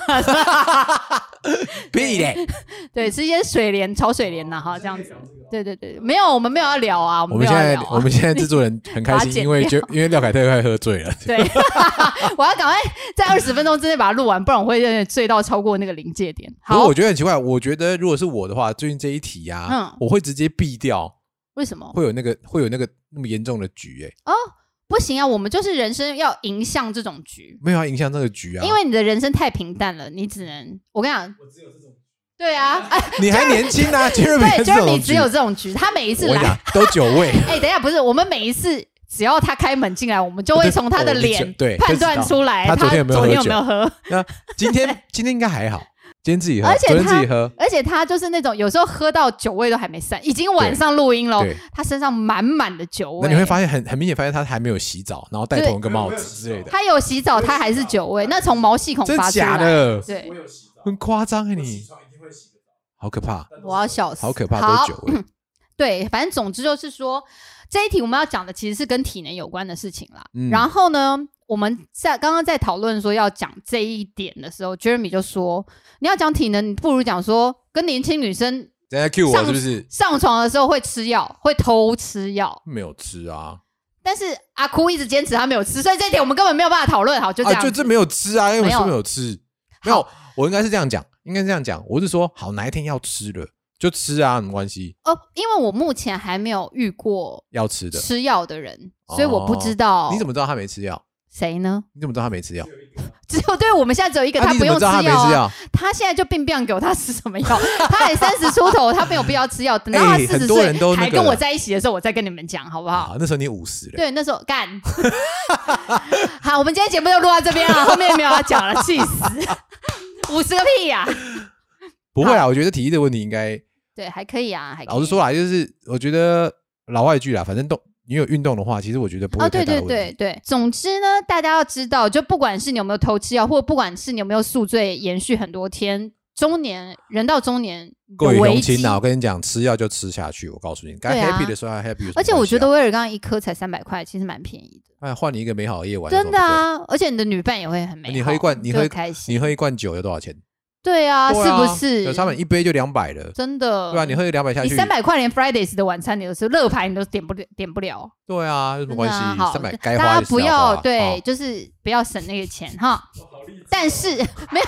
Speaker 2: 屁 嘞！
Speaker 3: 对，吃一些水莲、炒水莲呐、哈，这样子。对对对，没有，我们没有要聊啊，我
Speaker 2: 我
Speaker 3: 们没有
Speaker 2: 们现
Speaker 3: 要
Speaker 2: 在
Speaker 3: 聊、啊。
Speaker 2: 我们现在制作人很开
Speaker 3: 把它
Speaker 2: 心，
Speaker 3: 剪
Speaker 2: 因为就因为廖凯特快喝醉 了，
Speaker 3: 对， 我要赶快在二十分钟之内把它录完，不然我会有点醉到超过那个临界点。
Speaker 2: 不过
Speaker 3: 好
Speaker 2: 我，觉得很奇怪，我觉得如果是我的话，最近这一题呀、
Speaker 3: 嗯
Speaker 2: 我会直接避掉，
Speaker 3: 为什么
Speaker 2: 会有那个会有那个那么严重的局哎、
Speaker 3: 不行啊？我们就是人生要迎向这种局，
Speaker 2: 没有要影响这个局啊，
Speaker 3: 因为你的人生太平淡了，你只能我跟你讲，
Speaker 4: 我只有这种。
Speaker 3: 对 啊，哎，
Speaker 2: 你还年轻啊，Jeremy 还
Speaker 3: 对
Speaker 2: 这种
Speaker 3: ，Jeremy
Speaker 2: 局
Speaker 3: 只有，这种局，他每一次
Speaker 2: 我跟你
Speaker 3: 来
Speaker 2: 讲都九位，
Speaker 3: 哎、等一下，不是，我们每一次只要他开门进来，我们 就会从他的
Speaker 2: 哦
Speaker 3: 脸
Speaker 2: 对
Speaker 3: 判断出来
Speaker 2: 就知道他昨天有
Speaker 3: 有
Speaker 2: 没有喝酒
Speaker 3: 没有喝，
Speaker 2: 那今天今天应该还好，今天自己喝，
Speaker 3: 而且
Speaker 2: 昨天
Speaker 3: 他
Speaker 2: 自己喝，
Speaker 3: 而且他就是那种有时候喝到酒味都还没散，已经晚上录音喽，
Speaker 2: 对，
Speaker 3: 他身上满满的酒味。
Speaker 2: 那你会发现很很明显发现他还没有洗澡，然后戴
Speaker 3: 对
Speaker 2: 同一个帽子之类的，
Speaker 3: 他有洗澡，他还是酒味，那从毛细孔
Speaker 2: 真
Speaker 3: 发出
Speaker 2: 假
Speaker 3: 来。
Speaker 2: 的？
Speaker 3: 对
Speaker 4: 我有洗澡，
Speaker 2: 很夸张哎
Speaker 4: 我起
Speaker 2: 你，
Speaker 4: 床一定会洗个澡。
Speaker 2: 好可怕，
Speaker 4: 但都是
Speaker 3: 我要笑死，
Speaker 2: 好可怕，都是欸酒
Speaker 3: 好
Speaker 2: 味。
Speaker 3: 对，反正总之就是说，这一题我们要讲的其实是跟体能有关的事情啦。
Speaker 2: 嗯
Speaker 3: 然后呢，我们在刚刚在讨论说要讲这一点的时候，Jeremy 就说，你要讲体能，你不如讲说跟年轻女生
Speaker 2: 人家 Q 我
Speaker 3: 上
Speaker 2: 是不是？
Speaker 3: 上床的时候会吃药，会偷吃药。
Speaker 2: 没有吃啊，
Speaker 3: 但是阿哭一直坚持他没有吃，所以这一点我们根本没有办法讨论。好，就这
Speaker 2: 啊，
Speaker 3: 样子、
Speaker 2: 就这没有吃啊，因为
Speaker 3: 没有
Speaker 2: 我说没有吃，没有，我应该是这样讲，应该是这样讲，我是说好哪一天要吃了就吃啊，没关系，
Speaker 3: 哦，因为我目前还没有遇过
Speaker 2: 要吃的。
Speaker 3: 吃药的人，所以我不知
Speaker 2: 哦
Speaker 3: 道
Speaker 2: 你怎么知道他没吃药？
Speaker 3: 谁呢？
Speaker 2: 你怎么知道他没吃药？
Speaker 3: 只有对我们现在只有一个，
Speaker 2: 啊，你
Speaker 3: 不
Speaker 2: 怎么
Speaker 3: 用
Speaker 2: 知道他没
Speaker 3: 药、啊
Speaker 2: 吃。药？
Speaker 3: 他现在就病病给我，他吃什么药？ 他也三十出头，他没有必要吃 药。等到他
Speaker 2: 哎
Speaker 3: 四
Speaker 2: 很
Speaker 3: 十
Speaker 2: 多人都
Speaker 3: 岁
Speaker 2: 那个
Speaker 3: 还跟我在一起的时候，我再跟你们讲，好不好？
Speaker 2: 啊，那时候你五十了，
Speaker 3: 对，那时候干。 好，我们今天节目就录到这 边了，啊后面没有要讲了，气死！ 五十个屁呀、
Speaker 2: 不会啊，我觉得体力的问题应该，
Speaker 3: 对，还可以啊，还可以
Speaker 2: 老实说啦，就是我觉得老外句啦，反正动你有运动的话，其实我觉得不
Speaker 3: 哦，
Speaker 2: 会有太
Speaker 3: 对
Speaker 2: 大的
Speaker 3: 对
Speaker 2: 问题。
Speaker 3: 对对，总之呢，大家要知道，就不管是你有没有偷吃药，或不管是你有没有宿醉延续很多天，中年人到中年
Speaker 2: 够于啊
Speaker 3: 危
Speaker 2: 同
Speaker 3: 机
Speaker 2: 情。呐！我跟你讲，吃药就吃下去。我告诉你，该
Speaker 3: 对啊
Speaker 2: happy 的时候还 happy，有什么
Speaker 3: 而且我
Speaker 2: 关系
Speaker 3: 觉得
Speaker 2: 啊，
Speaker 3: 威尔刚一颗才三百块，其实蛮便宜的，
Speaker 2: 哎，换你一个美好的夜晚，有什
Speaker 3: 真的
Speaker 2: 么不对！
Speaker 3: 啊！而且你的女伴也会很美好，
Speaker 2: 你喝一罐你
Speaker 3: 就
Speaker 2: 喝
Speaker 3: 会开心，
Speaker 2: 你喝一罐酒要多少钱？
Speaker 3: 对啊，
Speaker 2: 对啊
Speaker 3: 是不是？
Speaker 2: 有他们一杯就两百了，
Speaker 3: 真的，
Speaker 2: 对啊，你喝两百下
Speaker 3: 你
Speaker 2: 去，
Speaker 3: 三百块连 Fridays 的晚餐，你都是乐牌，你都点不了，点不了，
Speaker 2: 对啊，有什么
Speaker 3: 真
Speaker 2: 关
Speaker 3: 的
Speaker 2: 系
Speaker 3: 啊好，？
Speaker 2: 三百
Speaker 3: 大
Speaker 2: 该
Speaker 3: 大
Speaker 2: 花
Speaker 3: 家
Speaker 2: 的
Speaker 3: 不要对，
Speaker 2: 哦
Speaker 3: 就是不要省那个钱哈。
Speaker 4: 我好励志哦。
Speaker 3: 但是没有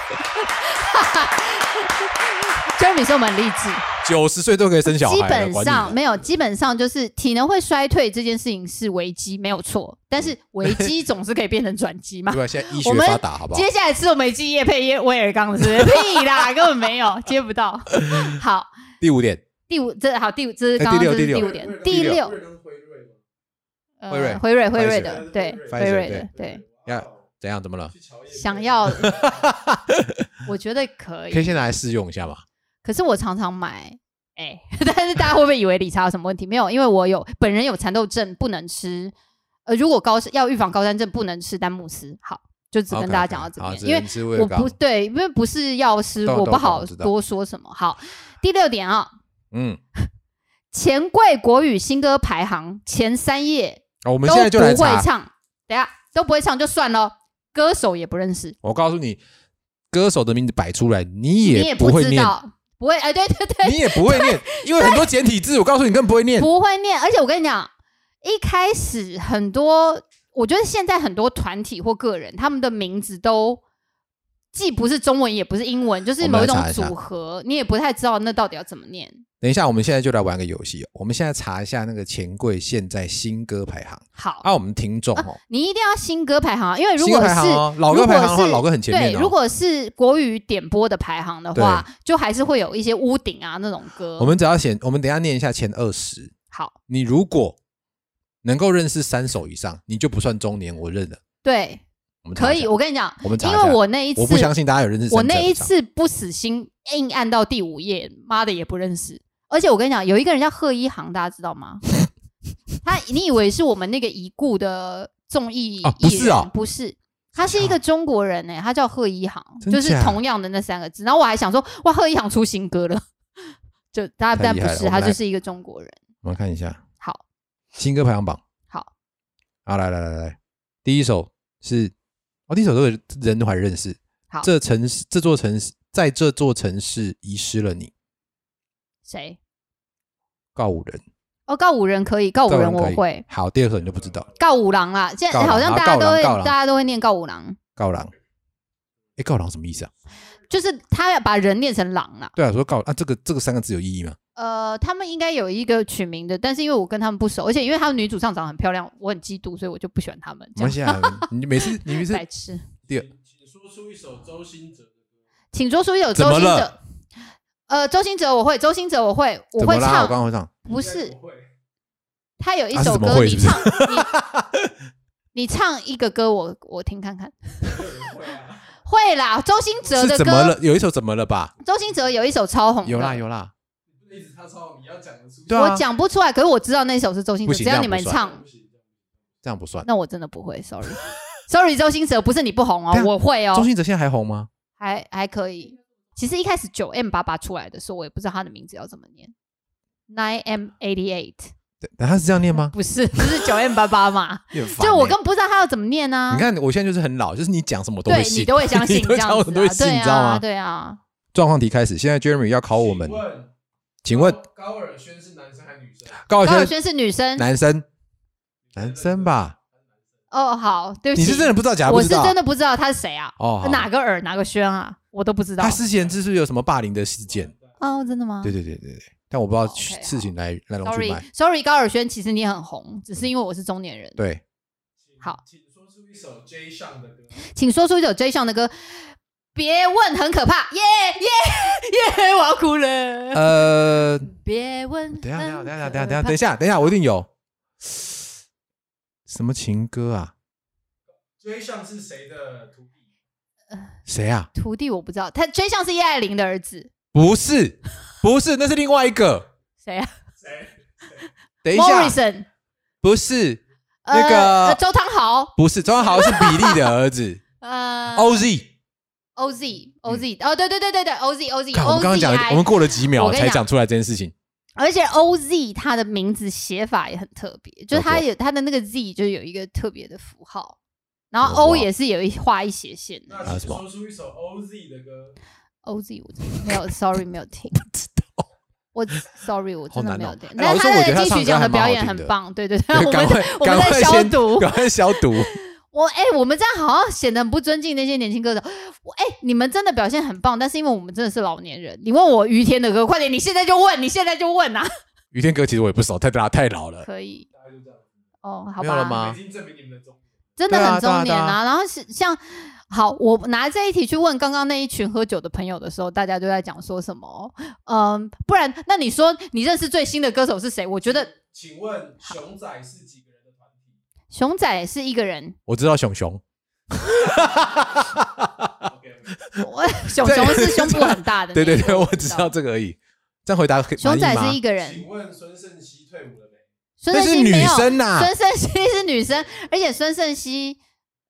Speaker 3: ，Jeremy 说我们很励志，
Speaker 2: 九十岁都可以生小孩
Speaker 3: 基
Speaker 2: 了，
Speaker 3: 本
Speaker 2: 管你
Speaker 3: 上
Speaker 2: 的
Speaker 3: 没有，基本上就是体能会衰退这件事情是危机，没有错。但是危机总是可以变成转机嘛
Speaker 2: 对。吧？现在医学
Speaker 3: 我们
Speaker 2: 发达，好不好？
Speaker 3: 接下来吃我们一季叶配叶威尔刚是 不是屁啦，根本没有接不到。好，
Speaker 2: 第五点，
Speaker 3: 第五这好第五这是
Speaker 2: 哎
Speaker 3: 刚刚
Speaker 2: 第六
Speaker 3: 这是
Speaker 2: 第
Speaker 3: 第
Speaker 2: 六
Speaker 3: 五点，
Speaker 2: 第
Speaker 3: 第
Speaker 2: 六
Speaker 3: 六
Speaker 4: 辉瑞刚是辉瑞吗
Speaker 3: 呃
Speaker 2: 辉瑞
Speaker 3: 辉瑞辉瑞
Speaker 2: Pfizer
Speaker 3: 的对
Speaker 2: ，Pfizer，
Speaker 3: 辉瑞
Speaker 2: 对
Speaker 3: 的对，
Speaker 2: 呀怎样？怎么了？
Speaker 4: 去乔叶
Speaker 3: 想 要，我觉得可
Speaker 2: 可以
Speaker 3: 以，
Speaker 2: 先拿来试用一下嘛？
Speaker 3: 可是我常常买。哎、 但是大家会不会以为理查有什么问题？没有，因为我有本人有蚕豆症，不能吃。呃，如果高要预防高山症，不能吃丹木斯。好，就只跟
Speaker 2: OK，OK，
Speaker 3: 大家讲到这
Speaker 2: 好
Speaker 3: 边
Speaker 2: 只
Speaker 3: 因为
Speaker 2: 能吃威
Speaker 3: 我
Speaker 2: 尔刚
Speaker 3: 不对，因为不是药师，
Speaker 2: 懂
Speaker 3: 我
Speaker 2: 懂
Speaker 3: 不好
Speaker 2: 懂知道
Speaker 3: 多说什么。好，第六点啊，
Speaker 2: 嗯，
Speaker 3: 钱柜国语新歌排行前三页
Speaker 2: 啊我们
Speaker 3: 都
Speaker 2: 现在就来
Speaker 3: 不会
Speaker 2: 查。
Speaker 3: 唱，等一下都不会唱就算了，歌手也不认识，
Speaker 2: 我告诉你，歌手的名字摆出来，你
Speaker 3: 你也
Speaker 2: 不
Speaker 3: 不
Speaker 2: 会
Speaker 3: 知
Speaker 2: 念，
Speaker 3: 道，不会，哎，对对对，
Speaker 2: 你也不 会念，因为很多简体字，我告诉你更不会 念。
Speaker 3: 不会念。而且我跟你讲，一开始很多，我觉得现在很多团体或个人，他们的名字都既不是中文，也不是英文，就是
Speaker 2: 我们
Speaker 3: 某
Speaker 2: 来
Speaker 3: 一种
Speaker 2: 查一下
Speaker 3: 组合，你也不太知道那到底要怎么念。
Speaker 2: 等一下，我们现在就来玩个游戏哦。我们现在查一下那个钱柜现在新歌排行。
Speaker 3: 好，
Speaker 2: 啊，我们听众哦，
Speaker 3: 你一定要新歌排行，因为如
Speaker 2: 新歌
Speaker 3: 果
Speaker 2: 排
Speaker 3: 是
Speaker 2: 行哦，老歌排行的
Speaker 3: 如果
Speaker 2: 话，
Speaker 3: 是
Speaker 2: 老歌很前面
Speaker 3: 对，
Speaker 2: 哦。
Speaker 3: 如果是国语点播的排行的话，就还是会有一些屋顶啊那种歌。
Speaker 2: 我们只要选，我们等一下念一下前二十。
Speaker 3: 好，
Speaker 2: 你如果能够认识三首以上，你就不算中年，我认了。
Speaker 3: 对，
Speaker 2: 我们查
Speaker 3: 可
Speaker 2: 一
Speaker 3: 以。
Speaker 2: 下
Speaker 3: 我跟你讲，
Speaker 2: 我们查
Speaker 3: 因
Speaker 2: 一下
Speaker 3: 为我那一次
Speaker 2: 我不相信大家有认识三首
Speaker 3: 我那
Speaker 2: 以
Speaker 3: 一
Speaker 2: 上
Speaker 3: 次不死心，硬按到第五页，妈的也不认识。而且我跟你讲，有一个人叫贺一航，大家知道 吗？他你以为是我们那个已故的综艺
Speaker 2: 哦不
Speaker 3: 艺
Speaker 2: 是
Speaker 3: 人？
Speaker 2: 哦
Speaker 3: 不是。他是一个中国人呢、他叫贺一航，
Speaker 2: 啊真
Speaker 3: 就是
Speaker 2: 假
Speaker 3: 同样的那三个字。然后我还想说，哇，贺一航出新歌了，就他
Speaker 2: 太
Speaker 3: 但
Speaker 2: 厉
Speaker 3: 不
Speaker 2: 害了
Speaker 3: 是，
Speaker 2: 我们
Speaker 3: 他
Speaker 2: 来
Speaker 3: 就是一个中国人。
Speaker 2: 我们看一下
Speaker 3: 好，
Speaker 2: 新歌排行榜。
Speaker 3: 好，
Speaker 2: 好，来来来来，第一首是，哦，第一首这个人都还认识。
Speaker 3: 好
Speaker 2: 这城市，这座城市，在这座城市遗失了你，
Speaker 3: 谁？
Speaker 2: 告五人，
Speaker 3: 哦，告五人可以，告五
Speaker 2: 告
Speaker 3: 人
Speaker 2: 可
Speaker 3: 我
Speaker 2: 以
Speaker 3: 会，
Speaker 2: 好，第二首你就不知道，
Speaker 3: 告五郎啦。现在
Speaker 2: 告
Speaker 3: 好
Speaker 2: 郎
Speaker 3: 像
Speaker 2: 啊
Speaker 3: 大家
Speaker 2: 告
Speaker 3: 都
Speaker 2: 郎
Speaker 3: 会，
Speaker 2: 告郎
Speaker 3: 大家都会念告五郎，
Speaker 2: 告狼。哎，告狼什么意思啊？
Speaker 3: 就是他要把人念成狼啦。
Speaker 2: 对啊，说告啊，这个这个三个字有意义吗？
Speaker 3: 呃，他们应该有一个取名的，但是因为我跟他们不熟，而且因为他们女主唱长得很漂亮，我很嫉妒，所以我就不喜欢他们。
Speaker 2: 没
Speaker 3: 这
Speaker 2: 关
Speaker 3: 样
Speaker 2: 系啊，你每次你每次
Speaker 3: 白痴，
Speaker 2: 第二
Speaker 4: 请请说出一首周兴哲的歌。
Speaker 3: 请说出有
Speaker 2: 怎
Speaker 3: 周
Speaker 2: 么
Speaker 3: 星哲
Speaker 2: 了。
Speaker 3: 呃，周星哲我会，周星哲我会，我
Speaker 2: 怎
Speaker 3: 会
Speaker 2: 么啦？我
Speaker 3: 唱。
Speaker 2: 刚刚会唱，
Speaker 3: 不
Speaker 4: 应
Speaker 3: 是
Speaker 4: 该，不会，
Speaker 3: 他有一
Speaker 2: 啊是
Speaker 3: 首
Speaker 2: 怎么
Speaker 3: 歌，
Speaker 2: 会
Speaker 3: 你
Speaker 2: 是不是
Speaker 3: 唱你你唱一个歌，我我听看看。
Speaker 4: 没有人会啊。
Speaker 3: 会啦，周星哲
Speaker 2: 是
Speaker 3: 的
Speaker 2: 怎么
Speaker 3: 歌，
Speaker 2: 了？有一首怎么了吧？
Speaker 3: 周星哲有一首超红的，
Speaker 2: 有啦有啦，
Speaker 4: 你不能一直他抄，你要讲得出。
Speaker 2: 对啊
Speaker 3: 我讲不出来，可是我知道那首是周星
Speaker 2: 不
Speaker 3: 哲，只
Speaker 2: 行这
Speaker 3: 要
Speaker 2: 样
Speaker 3: 你
Speaker 2: 不
Speaker 3: 们
Speaker 2: 算
Speaker 3: 唱，
Speaker 4: 不行，
Speaker 2: 这样不算。
Speaker 3: 那我真的不会，sorry。Sorry，周星哲不是你不红哦
Speaker 2: 对啊，
Speaker 3: 我会哦。
Speaker 2: 周星哲现在还红吗？
Speaker 3: 还还可以。其实一开始九 M 八八出来的时候，我也不知道它的名字要怎么念，Nine M eighty eight
Speaker 2: 对，他是这样念吗？
Speaker 3: 不是，就是九 M 八八 嘛。
Speaker 2: 有点烦
Speaker 3: 就我
Speaker 2: 欸
Speaker 3: 根本不知道它要怎么念啊。
Speaker 2: 你看，我现在就是很老，就是你讲什么我都会
Speaker 3: 对
Speaker 2: 信，
Speaker 3: 你都会相信
Speaker 2: 你都
Speaker 3: 这
Speaker 2: 会讲
Speaker 3: 样
Speaker 2: 我
Speaker 3: 子、啊，
Speaker 2: 都会信，你知道吗？
Speaker 3: 对啊，
Speaker 2: 状况题开始，现在 Jeremy 要考我们
Speaker 4: 请，问哦
Speaker 2: 请问
Speaker 4: 高尔宣是男生还是女生？
Speaker 2: 高
Speaker 3: 对啊。高
Speaker 2: 晓
Speaker 3: 尔轩
Speaker 2: 轩
Speaker 3: 是女生
Speaker 2: 男生，男生吧？
Speaker 3: 哦，好，对不起，
Speaker 2: 你是真的不知道假的不
Speaker 3: 我
Speaker 2: 知
Speaker 3: 是
Speaker 2: 道？
Speaker 3: 真的不知道他是谁啊，
Speaker 2: 哦，好
Speaker 3: 哪个尔哪个轩啊，我都不知道
Speaker 2: 他。之前是不是有什么霸凌的事件？
Speaker 3: 哦，真的吗
Speaker 2: 对对对对对，但我不知道
Speaker 3: 哦，OK，
Speaker 2: 事情来来龙去脉。
Speaker 3: ？Sorry，Sorry，高尔轩，其实你很红，只是因为我是中年人。
Speaker 2: 对，
Speaker 4: 请
Speaker 3: 好，
Speaker 4: 请说出一首 J 上的歌。
Speaker 3: 请说出一首 J 上的歌。别问，很可怕，耶耶 耶！我要哭了。
Speaker 2: 呃，
Speaker 3: 别问。
Speaker 2: 等一下，
Speaker 3: 很
Speaker 2: 等一下，等一下，等一下，
Speaker 3: 可
Speaker 2: 等一下，
Speaker 3: 怕
Speaker 2: 等
Speaker 3: 嗯
Speaker 2: 一下，等一下，我一定有。什么情歌啊？
Speaker 4: J 上是谁的徒弟？
Speaker 2: 谁啊？
Speaker 3: 徒弟我不知道，他 J 像是叶爱玲的儿子，
Speaker 2: 不是，不是，那是另外一个。
Speaker 3: 谁啊
Speaker 4: 谁？
Speaker 2: 等一下，
Speaker 3: ？Morrison，
Speaker 2: 不是，
Speaker 3: 呃
Speaker 2: 那个
Speaker 3: 呃周汤豪，
Speaker 2: 不是，庄豪是比利的儿子
Speaker 3: 呃
Speaker 2: ，OZ。
Speaker 3: OZ OZ、哦，对对对对对 OZ OZ
Speaker 2: 嗯看，我们刚刚讲了，我们
Speaker 3: OZI，
Speaker 2: 过了几秒
Speaker 3: 我跟你
Speaker 2: 才
Speaker 3: 讲
Speaker 2: 讲出来这件事情。
Speaker 3: 而且 OZ 它的名字写法也很特别，就是它
Speaker 2: 没错
Speaker 3: 有它的那个 Z 就有一个特别的符号，然
Speaker 2: 没
Speaker 3: 后
Speaker 2: 错
Speaker 3: O 也是有一画一斜线的。
Speaker 4: 那
Speaker 2: 还有
Speaker 4: 请
Speaker 2: 啊什么
Speaker 4: 说出一首 OZ 的歌，
Speaker 3: OZ 我真的没有，sorry 没有听，我 sorry 我真的没有听
Speaker 2: 好。难哦
Speaker 3: 但
Speaker 2: 哎老
Speaker 3: 是
Speaker 2: 实说
Speaker 3: 他
Speaker 2: 我觉得他
Speaker 3: 金曲
Speaker 2: 唱歌
Speaker 3: 奖的
Speaker 2: 还蛮好
Speaker 3: 表演
Speaker 2: 听
Speaker 3: 很
Speaker 2: 的
Speaker 3: 棒，对 对对，
Speaker 2: 对
Speaker 3: 我
Speaker 2: 赶
Speaker 3: 们
Speaker 2: 快
Speaker 3: 在 我们
Speaker 2: 赶快
Speaker 3: 在消
Speaker 2: 先
Speaker 3: 毒，
Speaker 2: 赶快消毒。
Speaker 3: 我哎、我们这样好像显得很不尊敬那些年轻歌手。我哎、你们真的表现很棒，但是因为我们真的是老年人，你问我于天的歌，快点，你现在就问，你现在就问啊！
Speaker 2: 雨天哥其实我也不熟，太大太老了。
Speaker 3: 可以
Speaker 4: 大概就这样。
Speaker 3: 哦，好
Speaker 2: 没有了
Speaker 3: 吧，
Speaker 2: 吗啊
Speaker 4: 已经证明你们的忠
Speaker 3: 真的
Speaker 2: 对啊
Speaker 3: 很
Speaker 2: 对啊
Speaker 3: 中年
Speaker 2: 对啊
Speaker 3: 然后是像好，我拿这一题去问刚刚那一群喝酒的朋友的时候，大家就在讲说什么？嗯，不然那你说你认识最新的歌手是谁？我觉得
Speaker 4: 请问熊仔是几个人的团 体
Speaker 3: 熊仔是一个人，
Speaker 2: 我知道熊熊，
Speaker 4: ？OK，
Speaker 3: 我 熊熊是胸部很大的那
Speaker 2: 对
Speaker 3: 一个，
Speaker 2: 对对，我
Speaker 3: 不
Speaker 2: 只知道。这个而已。这样回答可以
Speaker 3: 熊仔
Speaker 2: 满
Speaker 3: 是
Speaker 2: 意
Speaker 3: 一
Speaker 2: 吗？
Speaker 3: 个人，
Speaker 4: 请问孙盛熙退伍了没？
Speaker 3: 孙
Speaker 2: 那
Speaker 3: 盛
Speaker 2: 是
Speaker 3: 熙没
Speaker 2: 女
Speaker 3: 有，
Speaker 2: 生啊呐
Speaker 3: 孙盛熙是女生，而且孙盛熙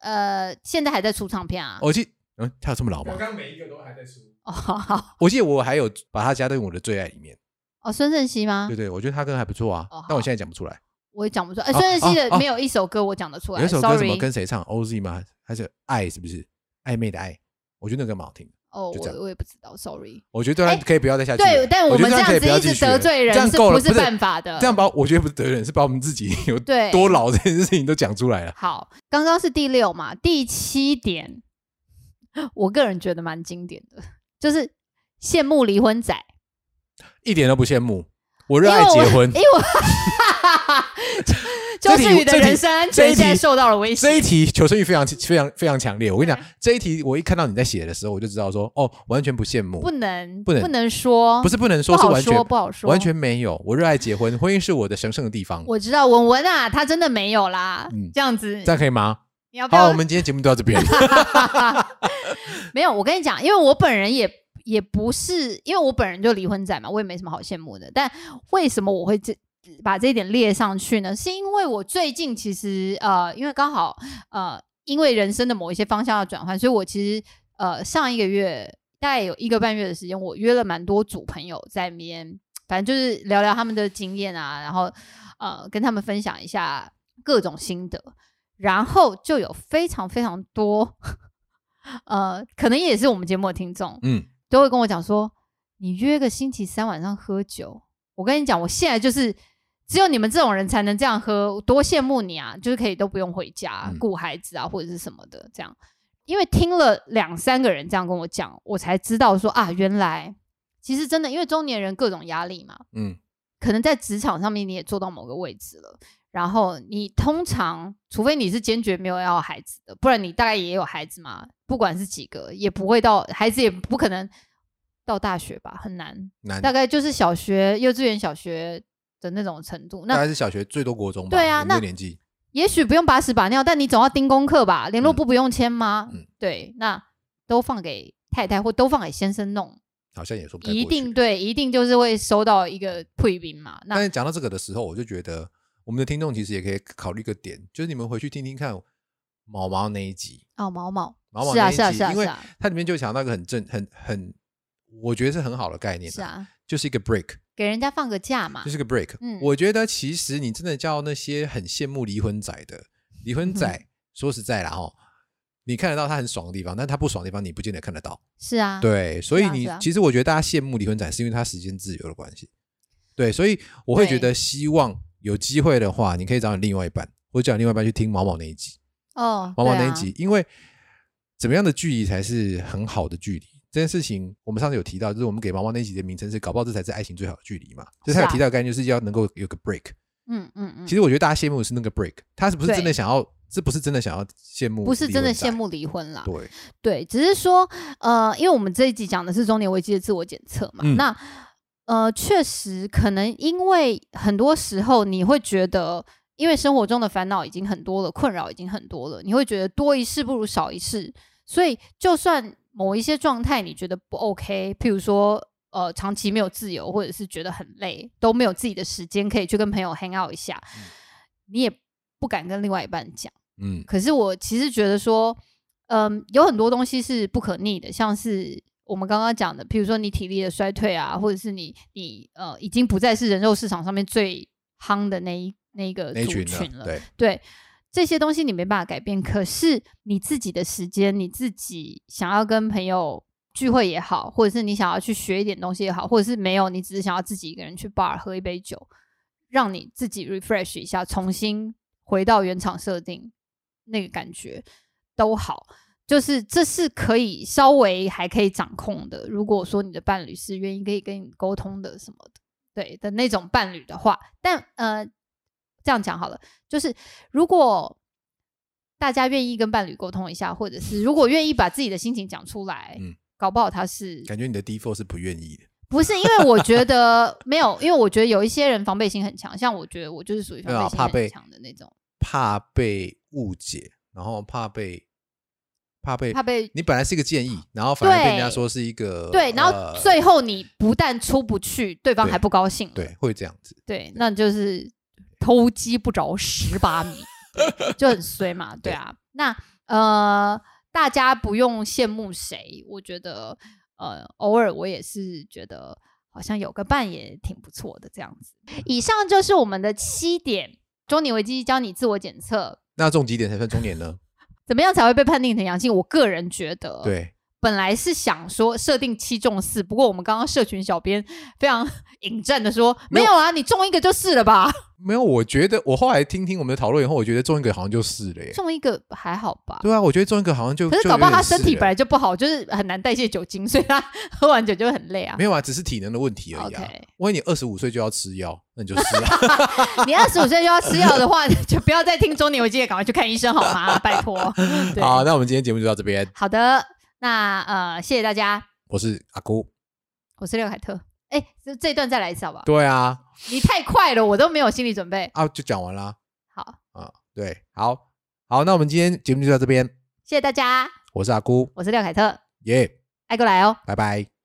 Speaker 3: 呃现在还在出唱片啊。
Speaker 2: 我记，嗯，他有这么老
Speaker 4: 我
Speaker 2: 吗？
Speaker 4: 刚每一个都还在输，
Speaker 3: 哦，好好
Speaker 2: 我记得我还有把他加在我的最爱里面。
Speaker 3: 哦，孙盛熙吗
Speaker 2: 对？对，我觉得他歌还不错啊
Speaker 3: 哦好，
Speaker 2: 但我现在讲不出来。
Speaker 3: 我也讲不出来。哎，
Speaker 2: 哦
Speaker 3: 孙盛熙
Speaker 2: 哦哦
Speaker 3: 的没有一首歌我讲得出
Speaker 2: 有
Speaker 3: 来。
Speaker 2: 一首歌什
Speaker 3: Sorry，
Speaker 2: 么跟谁唱？OZ 吗？还是爱是不是？暧昧的爱，我觉得那个蛮好听的。
Speaker 3: 哦，
Speaker 2: 就这
Speaker 3: 我
Speaker 2: 样
Speaker 3: 我也不知道，sorry。
Speaker 2: 我觉得对
Speaker 3: 哎
Speaker 2: 他可以不要再下去了。
Speaker 3: 对，但我
Speaker 2: 觉
Speaker 3: 们
Speaker 2: 得
Speaker 3: 这
Speaker 2: 这
Speaker 3: 样
Speaker 2: 可以不要
Speaker 3: 子
Speaker 2: 继
Speaker 3: 一
Speaker 2: 续
Speaker 3: 直得
Speaker 2: 了
Speaker 3: 罪人，
Speaker 2: 这样
Speaker 3: 是
Speaker 2: 够了，
Speaker 3: 不
Speaker 2: 不是
Speaker 3: 是办法的。
Speaker 2: 这样把我觉得不是得人，是把我们自己有
Speaker 3: 呃对
Speaker 2: 多老这件事情都讲出来了。
Speaker 3: 好，刚刚是第六嘛，第七点，我个人觉得蛮经典的，就是羡慕离婚仔，
Speaker 2: 一点都不羡慕。我
Speaker 3: 因
Speaker 2: 热
Speaker 3: 为
Speaker 2: 爱
Speaker 3: 我
Speaker 2: 结婚
Speaker 3: 因。为我周
Speaker 2: 这题
Speaker 3: 周志宇的
Speaker 2: 这题
Speaker 3: 人身安
Speaker 2: 这一
Speaker 3: 全现在
Speaker 2: 题
Speaker 3: 受到了威
Speaker 2: 这
Speaker 3: 胁
Speaker 2: 一。题求生欲非常非常非常强烈。我跟你讲，这一题我一看到你在写的时候，我就知道说，哦，完全不羡慕，
Speaker 3: 不能
Speaker 2: 不能
Speaker 3: 说，
Speaker 2: 不是不能说，
Speaker 3: 不
Speaker 2: 是
Speaker 3: 好
Speaker 2: 完全
Speaker 3: 说不好说，
Speaker 2: 完全没有。我热爱结婚，婚姻是我的神圣的地方，
Speaker 3: 我知道文文啊，他真的没有啦，
Speaker 2: 嗯
Speaker 3: 这样子
Speaker 2: 这样可以吗？
Speaker 3: 你要不
Speaker 2: 好，
Speaker 3: 要
Speaker 2: 我？们今天节目就到这 边。
Speaker 3: 没有，我跟你讲，因为我本人也也不是，因为我本人就离婚仔嘛，我也没什么好羡慕的。但为什么我会这把这一点列上去呢？是因为我最近其实呃，因为刚好呃，因为人生的某一些方向要转换，所以我其实呃上一个月大概有一个半月的时间，我约了蛮多组朋友在面，反正就是聊聊他们的经验啊，然后呃跟他们分享一下各种心得，然后就有非常非常多 呃，可能也是我们节目的听众
Speaker 2: 嗯，
Speaker 3: 都会跟我讲说，你约个星期三晚上喝酒，我跟你讲，我现在就是。只有你们这种人才能这样喝，多羡慕你啊！就是可以都不用回家
Speaker 2: 嗯
Speaker 3: 顾孩子啊，或者是什么的这样。因为听了两三个人这样跟我讲，我才知道说啊，原来其实真的，因为中年人各种压力嘛，
Speaker 2: 嗯，
Speaker 3: 可能在职场上面你也做到某个位置了，然后你通常，除非你是坚决没有要孩子的，不然你大概也有孩子嘛，不管是几个，也不会到孩子也不可能到大学吧，很难，
Speaker 2: 难，
Speaker 3: 大概就是小学、幼稚园、小学的那种程度。
Speaker 2: 大
Speaker 3: 那
Speaker 2: 概是小学最多国中吧。
Speaker 3: 对啊
Speaker 2: 你这
Speaker 3: 那
Speaker 2: 个年纪
Speaker 3: 也许不用把屎把尿，但你总要盯功课吧？联络簿不用签吗？
Speaker 2: 嗯嗯嗯
Speaker 3: 对，那都放给太太或都放给先生弄，
Speaker 2: 好像也说不太过去
Speaker 3: 一定对，一定就是会收到一个退兵嘛。那
Speaker 2: 但是讲到这个的时候，我就觉得我们的听众其实也可以考虑一个点，就是你们回去听听看毛毛那一集，
Speaker 3: 哦，毛毛，
Speaker 2: 毛毛
Speaker 3: 是啊
Speaker 2: 那一集，
Speaker 3: 是啊是啊
Speaker 2: 因
Speaker 3: 是
Speaker 2: 为
Speaker 3: 啊
Speaker 2: 它里面就讲到一个很正、很很，我觉得是很好的概念、
Speaker 3: 是，啊，
Speaker 2: 就是一个 break，
Speaker 3: 给人家放个假嘛
Speaker 2: 就，是个 break。
Speaker 3: 嗯
Speaker 2: 我觉得其实你真的叫那些很羡慕离婚仔的离婚仔，
Speaker 3: 嗯
Speaker 2: 说实在啦哦，你看得到他很爽的地方，但他不爽的地方你不见得看得到。
Speaker 3: 是啊，
Speaker 2: 对，所以
Speaker 3: 是啊
Speaker 2: 你、
Speaker 3: 是啊
Speaker 2: 其实我觉得大家羡慕离婚仔，是因为他时间自由的关系。对，所以我会觉
Speaker 3: 对
Speaker 2: 得希望有机会的话，你可以找你另外一半，或者叫你另外一半去听毛毛那一集，
Speaker 3: 哦，
Speaker 2: 毛毛
Speaker 3: 对
Speaker 2: 那一
Speaker 3: 啊
Speaker 2: 集，因为怎么样的距离才是很好的距离？这件事情我们上次有提到，就是我们给毛毛那一集的名称是“搞不好这才是爱情最好的距离”嘛。就是他有
Speaker 3: 是啊
Speaker 2: 提到的概念，就是要能够有个 break。
Speaker 3: 嗯嗯嗯，
Speaker 2: 其实我觉得大家羡慕的是那个 break，他是不是
Speaker 3: 对
Speaker 2: 真的想要？是不是真的想要羡慕？
Speaker 3: 不是真的羡。慕离婚啦，
Speaker 2: 对，
Speaker 3: 对，只是说，呃，因为我们这一集讲的是中年危机的自我检测嘛，
Speaker 2: 嗯
Speaker 3: 那呃，确实可能因为很多时候你会觉得，因为生活中的烦恼已经很多了，困扰已经很多了，你会觉得多一事不如少一事，所以就算某一些状态你觉得不 OK，譬如说。呃，长期没有自由，或者是觉得很累，都没有自己的时间可以去跟朋友 hang out 一下，你也不敢跟另外一半讲。
Speaker 2: 嗯，
Speaker 3: 可是我其实觉得说，嗯，有很多东西是不可逆的，像是我们刚刚讲的，比如说你体力的衰退啊，或者是你你呃已经不再是人肉市场上面最夯的那一那一个
Speaker 2: 那一
Speaker 3: 族
Speaker 2: 群
Speaker 3: 群
Speaker 2: 呢？
Speaker 3: 了，
Speaker 2: 对，
Speaker 3: 对这些东西你没办法改变，可是你自己的时间，你自己想要跟朋友聚会也好，或者是你想要去学一点东西也好，或者是没有，你只是想要自己一个人去 bar 喝一杯酒，让你自己 refresh 一下，重新回到原厂设定那个感觉都好。就是这是可以稍微还可以掌控的。如果说你的伴侣是愿意可以跟你沟通的什么的，对的那种伴侣的话，但呃，这样讲好了，就是如果大家愿意跟伴侣沟通一下，或者是如果愿意把自己的心情讲出来，
Speaker 2: 嗯
Speaker 3: 搞不好他是
Speaker 2: 感觉你的 default 是不愿意的。
Speaker 3: 不是因为我觉 得没有，因为我觉得有一些人防备心很强，像我觉得我就是属于
Speaker 2: 对啊
Speaker 3: 防备
Speaker 2: 怕
Speaker 3: 心
Speaker 2: 被
Speaker 3: 很强的那种，
Speaker 2: 怕被误解，然后怕被怕被
Speaker 3: 怕被
Speaker 2: 你本来是一个建议，然后反而被人家
Speaker 3: 对
Speaker 2: 说是一个
Speaker 3: 对，然后
Speaker 2: 呃
Speaker 3: 最后你不但出不去，对方
Speaker 2: 对
Speaker 3: 还不高兴了，
Speaker 2: 对会这样子，
Speaker 3: 对，那就是偷鸡不着十八米，对就很衰 嘛，对啊。那呃，大家不用羡慕谁，我觉得呃，偶尔我也是觉得好像有个伴也挺不错的这样子。以上就是我们的七点中年危机教你自我检测，
Speaker 2: 那这种几点才算终 点呢？
Speaker 3: 怎么样才会被判定成阳性？我个人觉得，。
Speaker 2: 对，
Speaker 3: 本来是想说设定七中四，不过我们刚刚社群小编非常 引战的说，
Speaker 2: 没
Speaker 3: 没
Speaker 2: 有
Speaker 3: 有啊，你中一个就是了吧。
Speaker 2: 没有，我觉得我后来听听我们的讨论以后，我觉得中一个好像就是了耶。
Speaker 3: 中一个还好吧？
Speaker 2: 对啊，我觉得中一个好像就
Speaker 3: 可是
Speaker 2: 就
Speaker 3: 搞不好
Speaker 2: 有点啊
Speaker 3: 他身体
Speaker 2: 了
Speaker 3: 本来就不好，就是很难代谢酒精，所以他 喝完酒就会很累啊
Speaker 2: 没。有啊，只是体能的问题而已啊
Speaker 3: OK。
Speaker 2: 万一你二十五岁就要吃药，那你就 吃啊。
Speaker 3: 你二十五岁就要吃药的话， 就不要再听中年危机，赶快去看医生好吗？拜托。 对，
Speaker 2: 好，那我们今天节目就到这边，
Speaker 3: 好的，那呃，谢谢大家，
Speaker 2: 我是阿姑。
Speaker 3: 我是廖凯特。哎，这这一段再来一次好不好？
Speaker 2: 对啊，
Speaker 3: 你太快了，我都没有心理准备。
Speaker 2: 啊就讲完啦
Speaker 3: 好，
Speaker 2: 啊，对，好好，那我们今天节目就到这边，
Speaker 3: 谢谢大家，
Speaker 2: 我是阿姑，
Speaker 3: 我是廖凯特，
Speaker 2: 耶，
Speaker 3: 爱过来哦。
Speaker 2: 拜拜。